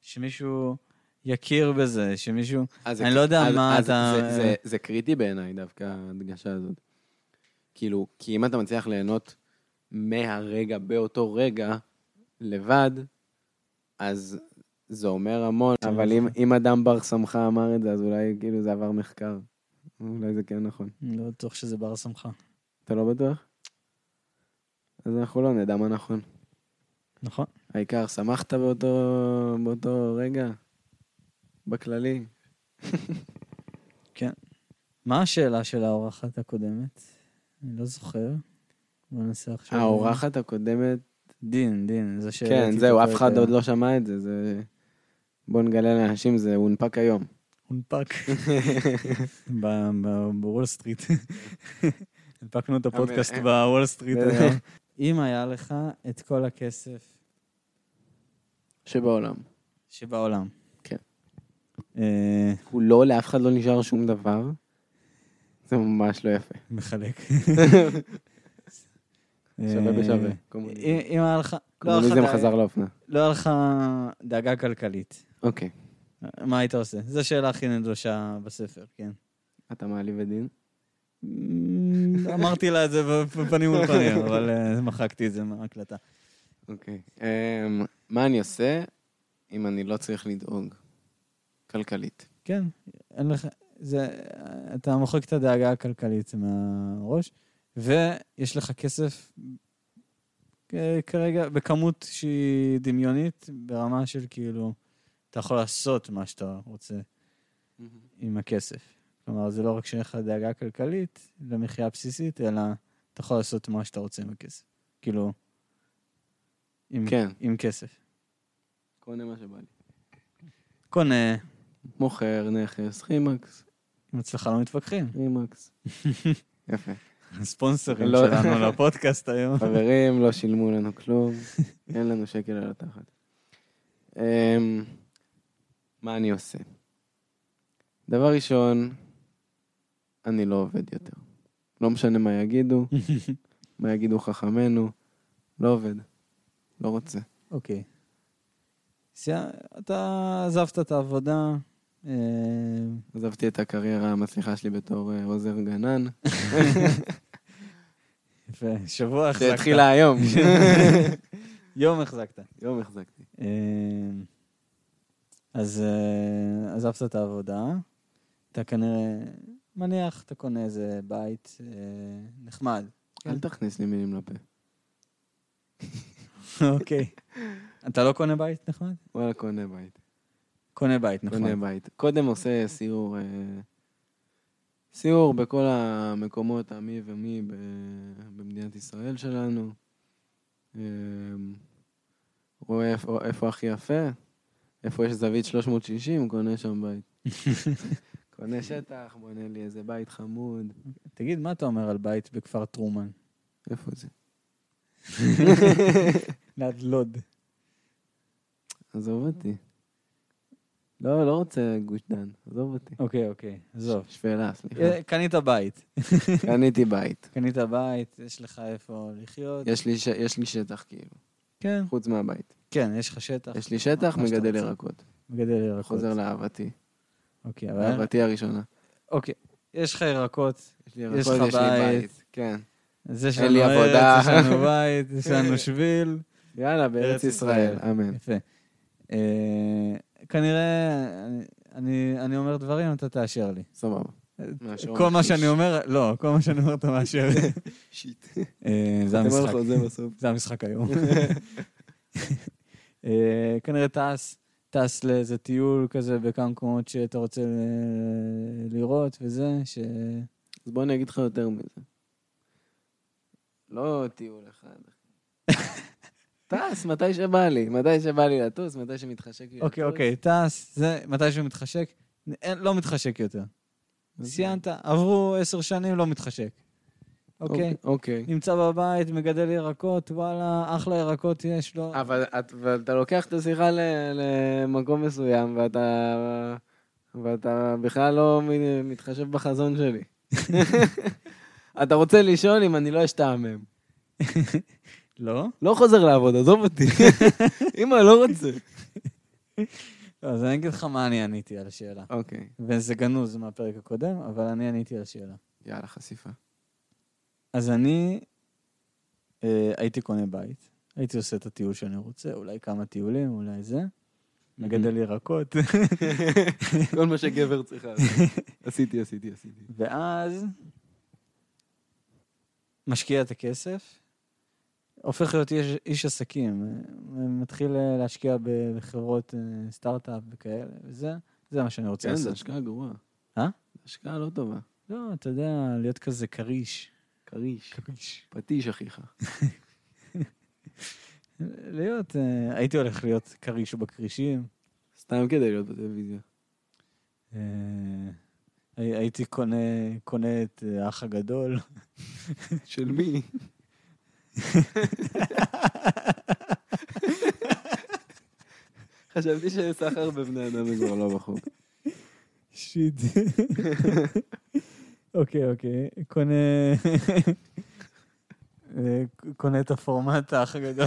שמישהו יכיר בזה, שמישהו... אז זה אני ק- לא יודע אז- מה אז אתה- זה, זה, זה קריטי בעיניי דווקא, ההדגשה הזאת. כאילו, כי אם אתה מצליח ליהנות מהרגע באותו רגע, לבד, אז זה אומר המון. כן, אבל אם, אם אדם בר סמכה אמר את זה, אז אולי כאילו זה עבר מחקר. אולי זה כן נכון. אני לא בטוח שזה בר סמכה. אתה לא בטוח? אז אנחנו לא נדע מה נכון. נכון? העיקר, שמחת באותו, באותו רגע? בכללי? מה השאלה של האורחת הקודמת? אני לא זוכר. בוא ננסה עכשיו... האורחת הקודמת דין, דין, זו שאלה. כן, זהו, אף אה, אחד עוד לא שמע את זה, זה... בואו נגלה לאנשים, זה הונפק היום. הונפק. ב- ב- בוול סטריט. הנפקנו את הפודקאסט אה, בוול סטריט אה. היום. אם היה לך את כל הכסף שבעולם. שבעולם. כן. אה, הוא לא, לאף אחד לא נשאר שום דבר. זה ממש לא יפה. מחלק. שווה אה, בשווה. אם אם היה לך... לא היה לך קומוניזם דאגה- חזר לאופנה. לא היה לך דאגה כלכלית. אוקיי, מה היית עושה? זו השאלה הכי נדושה בספר, כן. אתה מעליב את דין? אמרתי לה את זה בפנים מול פנים, אבל אה, מחקתי את זה מההקלטה. אוקיי. אמ, מה אני עושה אם אני לא צריך לדאוג? כלכלית. כן, אין לך... זה... אתה מוחק את הדאגה הכלכלית מהראש, ויש לך כסף אה, כרגע בכמות שהיא דמיונית, ברמה של כאילו, אתה יכול לעשות מה שאתה רוצה עם הכסף. כלומר, זה לא רק שאין לך דאגה כלכלית למחיה הבסיסית, אלא אתה יכול לעשות מה שאתה רוצה עם הכסף. כאילו, עם, כן. עם כסף. קונה מה שבא לי. קונה, מוכר נכס, חימקס, עם הצלחה לא מתווכחים. חימקס. יפה. הספונסרים לא. שלנו לפודקאסט היום. חברים, לא שילמו לנו כלום, אין לנו שקל על התחת. אמ, מה אני עושה? דבר ראשון, אני לא עובד יותר. לא משנה מה יגידו, מה יגידו חכמינו, לא עובד. לא רוצה. אוקיי. סי- אתה עזבת את העבודה, אה, עזבתי את הקריירה המצליחה שלי בתור אה, עוזר גנן, ושבוע החזקת. שהתחילה היום. יום החזקת. יום החזקתי. אה, אז אה, עזבת את העבודה, אתה כנראה מניח, אתה קונה איזה בית אה, נחמד. אל תכניס לי מילים לפה. אוקיי. אתה לא קונה בית נחמד? וואלה, קונה בית. קונה בית קונה נחמד. בית. קודם עושה סיור, אה, סיור בכל המקומות, המי ומי ב- במדינת ישראל שלנו. אה, רואה איפה, איפה הכי יפה, איפה יש זווית 360, קונה שם בית. קונה שטח, בונה לי איזה בית חמוד. תגיד, מה אתה אומר על בית בכפר טרומן? איפה זה? ליד לוד. עזוב אותי. לא, לא רוצה גוש דן, עזוב אותי. אוקיי, אוקיי, עזוב. שפלה, סליחה. אה, קנית בית. קניתי בית. קנית בית, יש לך איפה לחיות. יש לי, ש... יש לי שטח כאילו, כן, חוץ מהבית. כן, יש לך שטח, יש לי שטח, מה שאתה מגדל רוצה. ירקות. מגדל ירקות. חוזר לאהבתי. אוקיי, אבל... אהבתי הראשונה. אוקיי, יש לך ירקות, יש לי יש ירקות, לך יש לי בית. בית. כן. אז יש אין לנו לי עבודה. ארץ, יש לנו בית, יש לנו שביל. יאללה, בארץ בארץ ישראל, ישראל. כן. אמן. יפה. אה, כנראה, אני- אני- אני אומר דברים, אתה תאשר לי. סבבה. מאשר כל מה מכחיש. שאני אומר, לא, כל מה שאני אומר אתה מאשר. שיט. אה, זה אני אומר המשחק. לך, זה בסוף. זה המשחק היום. אה, כנראה טס, טס לאיזה טיול כזה בכמה מקומות שאתה רוצה אה, לראות וזה, ש... אז בוא אני אגיד לך יותר מזה. לא טיול אחד. טס, מתי שבא לי. מתי שבא לי לטוס, מתי שמתחשק לי לטוס. אוקיי, אוקיי, טס, זה מתי שהוא מתחשק, אין- לא מתחשק יותר. אז- סיימת, עברו עשר שנים, לא מתחשק. אוקיי? אוקיי. נמצא בבית, מגדל ירקות, וואלה, אחלה ירקות יש לו. אבל את- אבל אתה לוקח את השיחה ל- למקום מסוים, ואתה ואתה בכלל לא מ- מתחשב בחזון שלי. אתה רוצה לשאול אם אני לא אשתעמם. לא? לא חוזר לעבוד, עזוב אותי. אמא, לא רוצה. לא, אז אני אגיד לך מה אני עניתי על השאלה. אוקיי, וזה גנוז מהפרק הקודם, אבל אני עניתי על השאלה. יאללה, חשיפה. אז אני אה, הייתי קונה בית, הייתי עושה את הטיול שאני רוצה, אולי כמה טיולים, אולי זה. מגדל ירקות, כל מה שגבר צריך לעשות. עשיתי, עשיתי, עשיתי. ואז משקיע את הכסף, הופך להיות איש, איש עסקים, אה, מתחיל אה, להשקיע ב- בחברות אה, סטארט-אפ וכאלה, וזה, זה מה שאני רוצה כן, זו לעשות. השקעה גרועה. אה? זו השקעה לא טובה. לא, אתה יודע, להיות כזה כריש. כריש. כריש. פטיש, אחיך. להיות, אה, הייתי הולך להיות כריש בכרישים. סתם כדי להיות בטלוויזיה. אה, הי- הייתי קונה, קונה את אה, האח הגדול. של מי? חשבתי שסחר בבני אדם זה כבר לא בחוק. שיט. אוקיי, אוקיי. קונה... אה, קונה את הפורמט האח הגדול.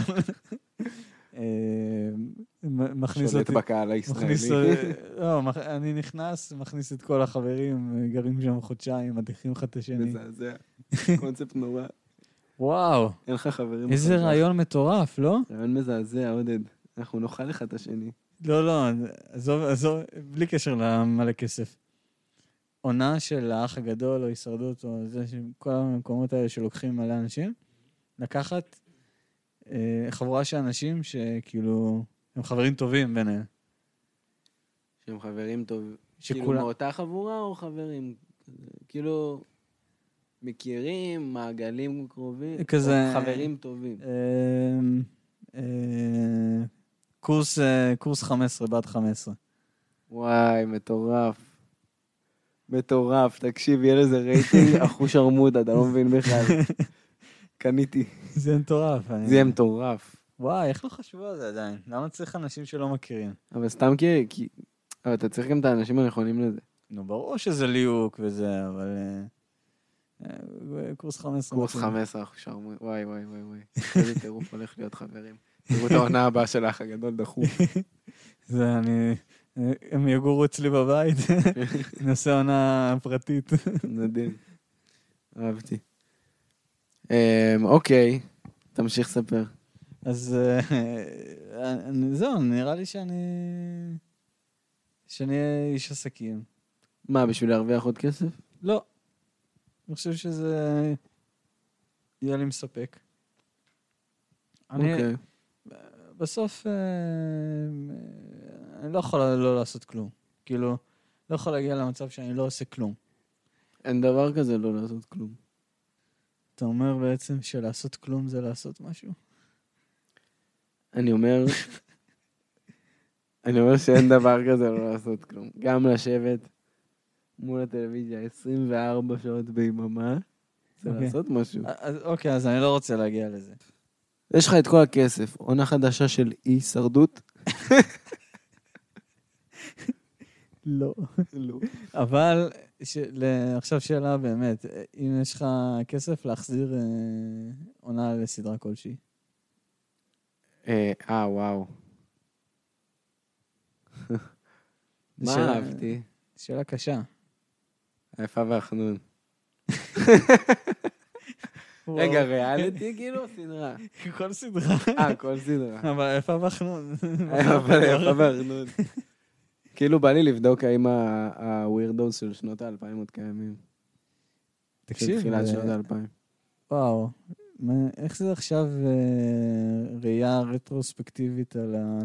אה, מ- מכניס שולט אותי... בקהל מכניס... הישראלי. לא, מכ- אני נכנס, מכניס את כל החברים, אה, גרים שם חודשיים, מדיחים אחד את השני. מזעזע. קונספט נורא. וואו, אין לך חברים. איזה בחברה. רעיון מטורף, לא? רעיון מזעזע, עודד. אנחנו נאכל אחד את השני. לא, לא, עזוב, עזוב, בלי קשר למלא כסף. עונה של האח הגדול או הישרדות או זה, כל המקומות האלה שלוקחים מלא אנשים, לקחת אה, חבורה של אנשים שכאילו, הם חברים טובים ביניהם. שהם חברים טובים. כאילו שכולם, מאותה חבורה או חברים? כאילו... מכירים, מעגלים קרובים, כזה- או חברים טובים. אה, אה, קורס, אה, קורס 15, בת 15. וואי, מטורף. מטורף, תקשיב, יהיה לזה רייטינג אחוש ערמוד, אתה לא מבין בכלל. קניתי. זה מטורף. אני- זה יהיה מטורף. וואי, איך לא חשבו על זה עדיין? למה צריך אנשים שלא מכירים? אבל סתם כי... כי... אבל אתה צריך גם את האנשים הנכונים לזה. נו, ברור שזה ליהוק וזה, אבל... אה, אה, קורס 15. קורס מתאים. 15, אחוש ערמוד. וואי, וואי, וואי, וואי. איזה טירוף הולך להיות, חברים. תראו את העונה הבאה של האח הגדול דחוף. זה אני... אה, הם יגורו אצלי בבית, נעשה עונה פרטית. מדהים. אהבתי. אמ, אוקיי, תמשיך לספר. אז אה, אה, אני- זהו, נראה לי שאני... שאני אהיה איש עסקים. מה, בשביל להרוויח עוד כסף? לא. אני חושב שזה יהיה לי מספק. אני אוקיי. בסוף, אה, אה, אני לא יכול לא לעשות כלום. כאילו, לא יכול להגיע למצב שאני לא עושה כלום. אין דבר כזה לא לעשות כלום. אתה אומר בעצם שלעשות כלום זה לעשות משהו? אני אומר... אני אומר שאין דבר כזה לא לעשות כלום. גם לשבת מול הטלוויזיה 24 שעות ביממה, זה אוקיי. לעשות משהו. אז, אוקיי, אז אני לא רוצה להגיע לזה. יש לך את כל הכסף, עונה חדשה של אי-הישרדות? לא. לא. אבל ש... ל- עכשיו שאלה באמת, אם יש לך כסף להחזיר אה, עונה לסדרה כלשהי. אה, וואו. מה שאלה- אהבתי? שאלה קשה. היפה והחנון. רגע, ריאליטי כאילו או סדרה? כל סדרה. אה, כל סדרה. אבל איפה בחנון? אבל היפה והחנון. כאילו בא לי לבדוק האם הווירדוס של שנות האלפיים עוד קיימים. של תקשיב, תחילת אה, שנות האלפיים. וואו. מה- איך זה עכשיו אה, ראייה רטרוספקטיבית על ה...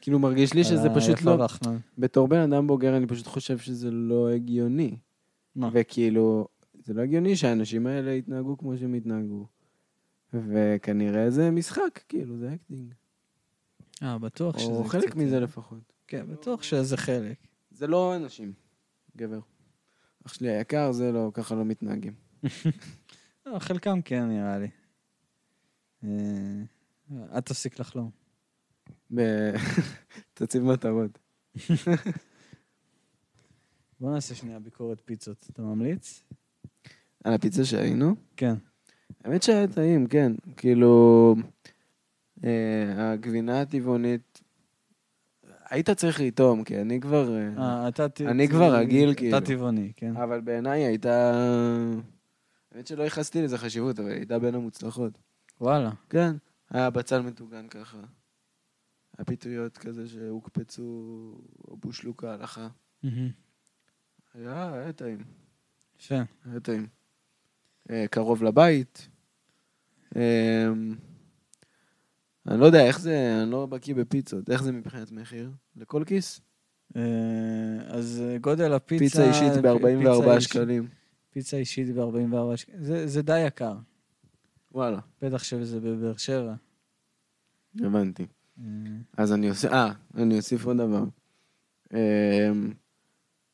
כאילו מרגיש לי שזה על פשוט היפה לא... והחנון? בתור בן אדם בוגר אני פשוט חושב שזה לא הגיוני. מה? וכאילו, זה לא הגיוני שהאנשים האלה יתנהגו כמו שהם התנהגו. וכנראה זה משחק, כאילו, זה אקטינג. אה, בטוח שזה... או חלק קצת- מזה לפחות. כן, בטוח שזה חלק. זה לא אנשים, גבר. אח שלי היקר, זה לא, ככה לא מתנהגים. לא, חלקם כן, נראה לי. אה, אל תפסיק לחלום. ב- תציב מטרות. בוא נעשה שנייה ביקורת פיצות. אתה ממליץ? על הפיצה שהיינו? כן. האמת שהיה טעים, כן. כאילו, אה, הגבינה הטבעונית, היית צריך לטעום, כי אני כבר... אה, אה, אתה ט- אני ט- כבר רגיל, כאילו. אתה טבעוני, כן. אבל בעיניי הייתה... האמת שלא ייחסתי לזה חשיבות, אבל הייתה בין המוצלחות. וואלה. כן, היה בצל מטוגן ככה. הפיתויות כזה שהוקפצו, או בושלו כהלכה. מהמם. היה, היה טעים. יפה. היה טעים. לא אה, קרוב לבית. אה, אני לא יודע איך זה, אני לא בקיא בפיצות. איך זה מבחינת מחיר? לכל כיס? אה, אז אה, גודל הפיצה... אה, פיצה אישית פיצה ב-44 איש- שקלים. פיצה אישית ב-44 שקלים. זה זה די יקר. וואלה. בטח שזה בבאר שבע. הבנתי. אה, אז אני עושה, אה, אני אוסיף עוד דבר. אה,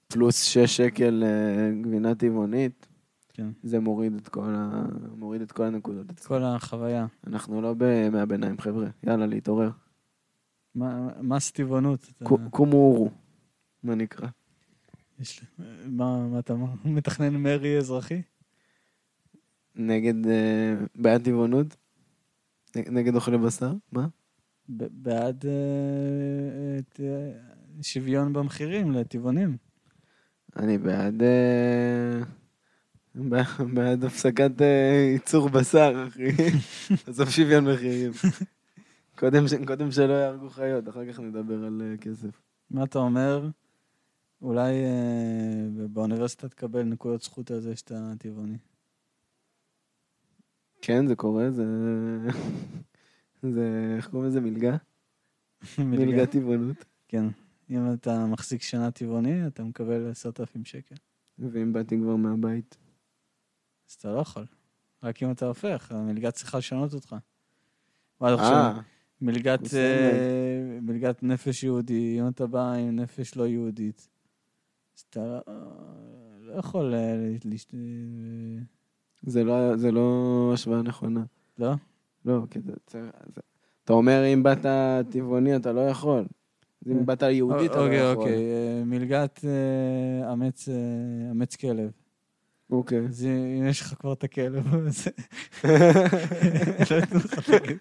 פלוס 6 שקל אה, גבינה טבעונית, כן. זה מוריד את כל ה... מוריד את כל הנקודות. כל החוויה. אנחנו לא בימי הביניים, חבר'ה. יאללה, להתעורר. מה- מס טבעונות. אתה- קו- קומו אורו, מה נקרא. יש לי- מה מה אתה אמר? מתכנן מרי אזרחי? נגד אה, בעד טבעונות? נ- נגד אוכלי בשר? מה? ב- בעד אה, אה, את, אה, שוויון במחירים לטבעונים. אני בעד... אה, ב- בעד הפסקת אה, ייצור בשר, אחי. עזוב שוויון מחירים. קודם, ש... קודם שלא יהרגו חיות, אחר כך נדבר על אה, כסף. מה אתה אומר? אולי אה, ב- באוניברסיטה תקבל נקודות זכות על זה שאתה טבעוני. כן, זה קורה, זה... זה... איך קוראים לזה? מלגה? מלגה טבעונות. כן. אם אתה מחזיק שנה טבעוני, אתה מקבל 10,000 שקל. ואם באתי כבר מהבית. אז אתה לא יכול. רק אם אתה הופך, המלגה צריכה לשנות אותך. מה אתה חושב? אה, מלגת, בסדר. אה, מלגת נפש יהודי, יום אתה בא עם נפש לא יהודית, אז אתה לא- לא יכול... אה, ל- להשת- אה, זה לא, זה לא השוואה נכונה. לא? לא, כי זה... זה- זה- אתה אומר, אם באת טבעוני, אתה לא יכול. אז אם באת יהודי, אתה לא אוקיי, יכול. אוקיי. אה, מלגת אה, אמץ, אה, אמץ כלב. אוקיי. אז אם יש לך כבר את הכלב, אז לא יתנו לך את הכלב.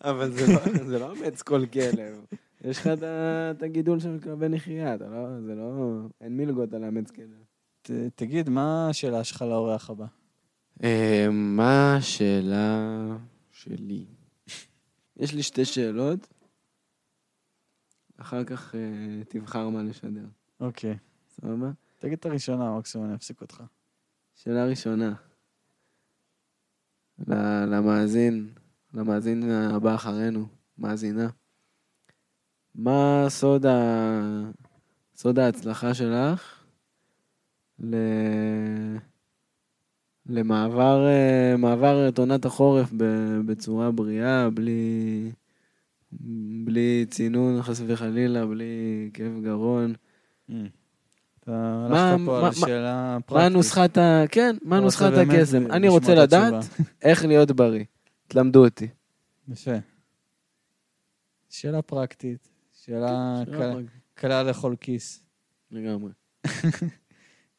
אבל זה לא- זה לא אמץ כל כלב. יש לך את ה- את הגידול של כלבי נחייה, אתה לא... זה לא... אין מלגות על אמץ כלב. ת- תגיד, מה השאלה שלך לאורח הבא? אה, מה השאלה שלי? יש לי שתי שאלות, אחר כך אה, תבחר מה לשדר, אוקיי. סבבה? תגיד את הראשונה, מקסימום אני אפסיק אותך. שאלה ראשונה, ל- למאזין, למאזין הבא אחרינו, מאזינה, מה סוד, ה... סוד ההצלחה שלך ל... למעבר אה, מעבר את עונת החורף ב- בצורה בריאה, בלי, בלי צינון חס וחלילה, בלי כאב גרון? אתה מה- הלכת פה על מה- השאלה הפרקטית. מה נוסחת ה... כן, מה אתה רוצה נוסחת באמת הקסם? אני לשמוע רוצה את לדעת התשובה. איך להיות בריא. תלמדו אותי. יפה. שאלה פרקטית, שאלה קל- קלה לכל כיס. לגמרי.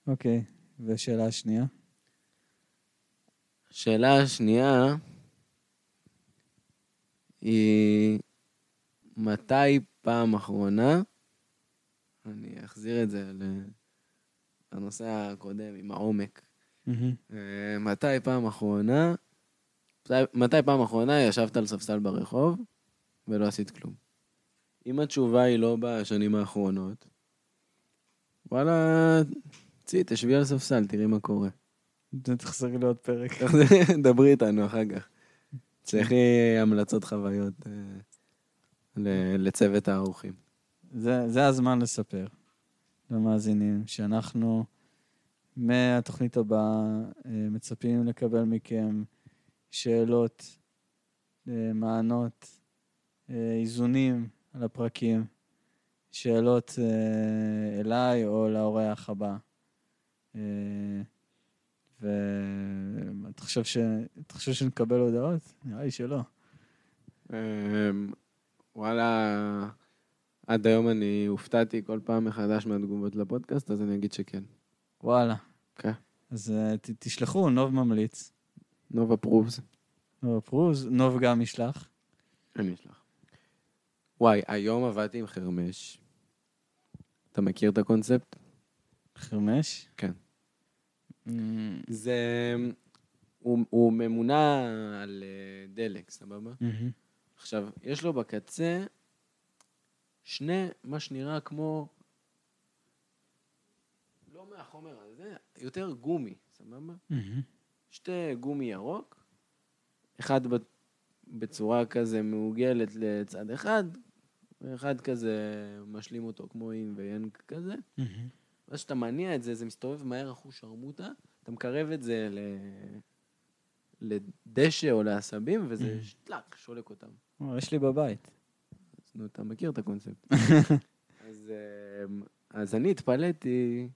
אוקיי, ושאלה שנייה? השאלה השנייה היא מתי פעם אחרונה, אני אחזיר את זה ל- לנושא הקודם עם העומק, אה, מתי פעם אחרונה, מתי- מתי פעם אחרונה ישבת על ספסל ברחוב ולא עשית כלום? אם התשובה היא לא בשנים האחרונות, וואלה, צאי, תשבי על ספסל, תראי מה קורה. תחזרי לי עוד פרק. דברי איתנו אחר כך. צריכי המלצות חוויות אה, ל- לצוות האורחים. זה, זה הזמן לספר למאזינים שאנחנו מהתוכנית הבאה אה, מצפים לקבל מכם שאלות, אה, מענות, אה, איזונים על הפרקים, שאלות אה, אליי או לאורח הבא. אה, ואתה חושב, ש... אתה חושב שנקבל הודעות? נראה לי שלא. אמ, וואלה, עד היום אני הופתעתי כל פעם מחדש מהתגובות לפודקאסט, אז אני אגיד שכן. וואלה. כן. אז אה, ת, תשלחו, נוב ממליץ. נובה פרובס. נוב אה, פרוז, נוב גם ישלח. אני אשלח. וואי, היום עבדתי עם חרמש. אתה מכיר את הקונספט? חרמש? כן. Mm, זה... הוא, הוא ממונה על אה, דלק, סבבה? מהמם. עכשיו, יש לו בקצה שני, מה שנראה כמו... לא מהחומר הזה, יותר גומי, סבבה? מהמם. שתי גומי ירוק, אחד ב- בצורה כזה מעוגלת לצד אחד, ואחד כזה משלים אותו כמו אין ויאנג כזה. מהמם. ואז כשאתה מניע את זה, זה מסתובב מהר אחוש שרמוטה, אתה מקרב את זה ל... לדשא או לעשבים, וזה Mm. שלק, שולק אותם. או, אה, יש לי בבית. אז נו, אתה מכיר את הקונספט. אז, אמ, אז אני התפלאתי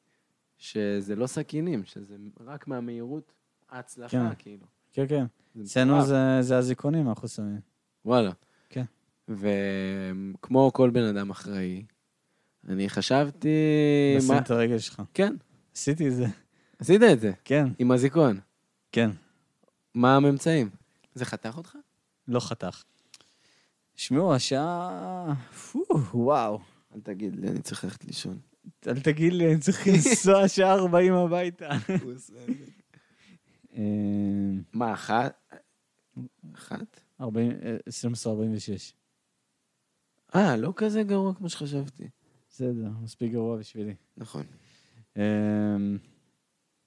שזה לא סכינים, שזה רק מהמהירות ההצלחה, כן. כאילו. כן, כן. זה אצלנו מטורף. זה- זה הזיכונים, אנחנו שמים. וואלה. כן. וכמו כל בן אדם אחראי, אני חשבתי... לשים אה, מה- את הרגל שלך. כן, עשיתי את זה. עשית את זה, כן, עם הזיכרון. כן. מה הממצאים? זה חתך אותך? לא חתך. שמעו, השעה... פו, וואו. אל תגיד לי, אני צריך ללכת לישון. אל תגיד לי, אני צריך לנסוע שעה 40 הביתה. אה, מה, אחת? אחת? 40, אה, 12:46. אה, לא כזה גרוע כמו שחשבתי. בסדר, מספיק גרוע בשבילי. נכון. אה,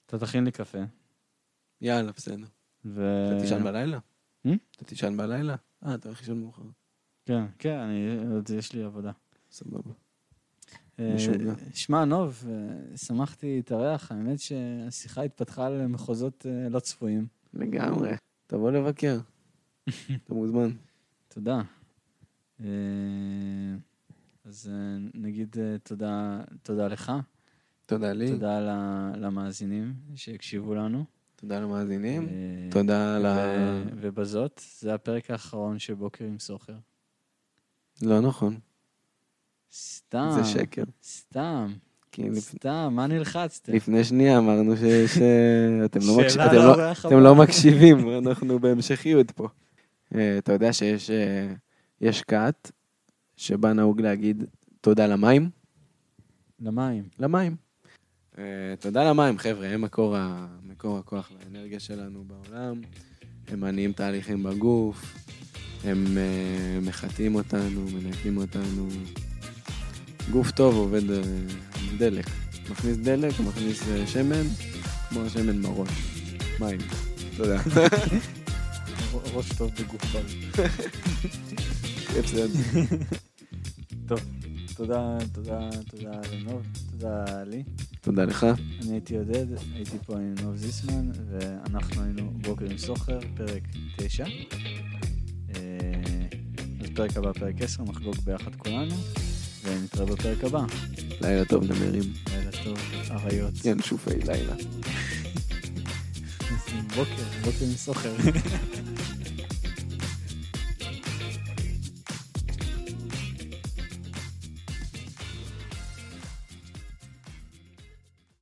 אתה תכין לי קפה. יאללה, בסדר. ו... אתה תישן בלילה? Hmm? אתה תישן בלילה? אה, אתה הולך לישון מאוחר. כן, כן, אני, עוד יש לי עבודה. סבבה. אה, משוגע. שמע, נוב, אה, שמחתי להתארח, האמת שהשיחה התפתחה למחוזות אה, לא צפויים. לגמרי. תבוא לבקר. אתה מוזמן. תודה. אה, אז אה, נגיד אה, תודה, תודה לך, תודה לי, תודה ל- למאזינים שהקשיבו לנו. תודה למאזינים, אה, כן. תודה ל... ו- ובזאת, זה הפרק האחרון של בוקר עם סוחר. לא נכון, סתם, זה שקר. סתם, כי לפ- סתם, מה נלחצתם? לפני שנייה אמרנו ש- שאתם לא מקש- שאלה אתם לא- לאורח אתם הבא. לא מקשיבים, אנחנו בהמשכיות פה. אה, אתה יודע שיש אה, יש כת שבה נהוג להגיד תודה למים? לא- למים. למים. אה, תודה למים, חבר'ה, הם מקור, ה... מקור הכוח לאנרגיה שלנו בעולם, הם מניעים תהליכים בגוף, הם אה, מחטאים אותנו, מנקים אותנו. גוף טוב עובד אה, עם דלק. מכניס דלק, מכניס אה, שמן, כמו השמן בראש. מים. תודה. ראש טוב בגוף בריא. הפסד. תודה, תודה, תודה לנוב, תודה לי. תודה לך. אני הייתי עודד, הייתי פה עם נוב זיסמן, ואנחנו היינו בוקר עם סוחר, פרק 9. אז פרק הבא, פרק 10, נחגוג ביחד כולנו, ונתראה בפרק הבא. לילה טוב נמרים. לילה טוב, אריות. כן. ינשופי לילה. בוקר, בוקר עם סוחר.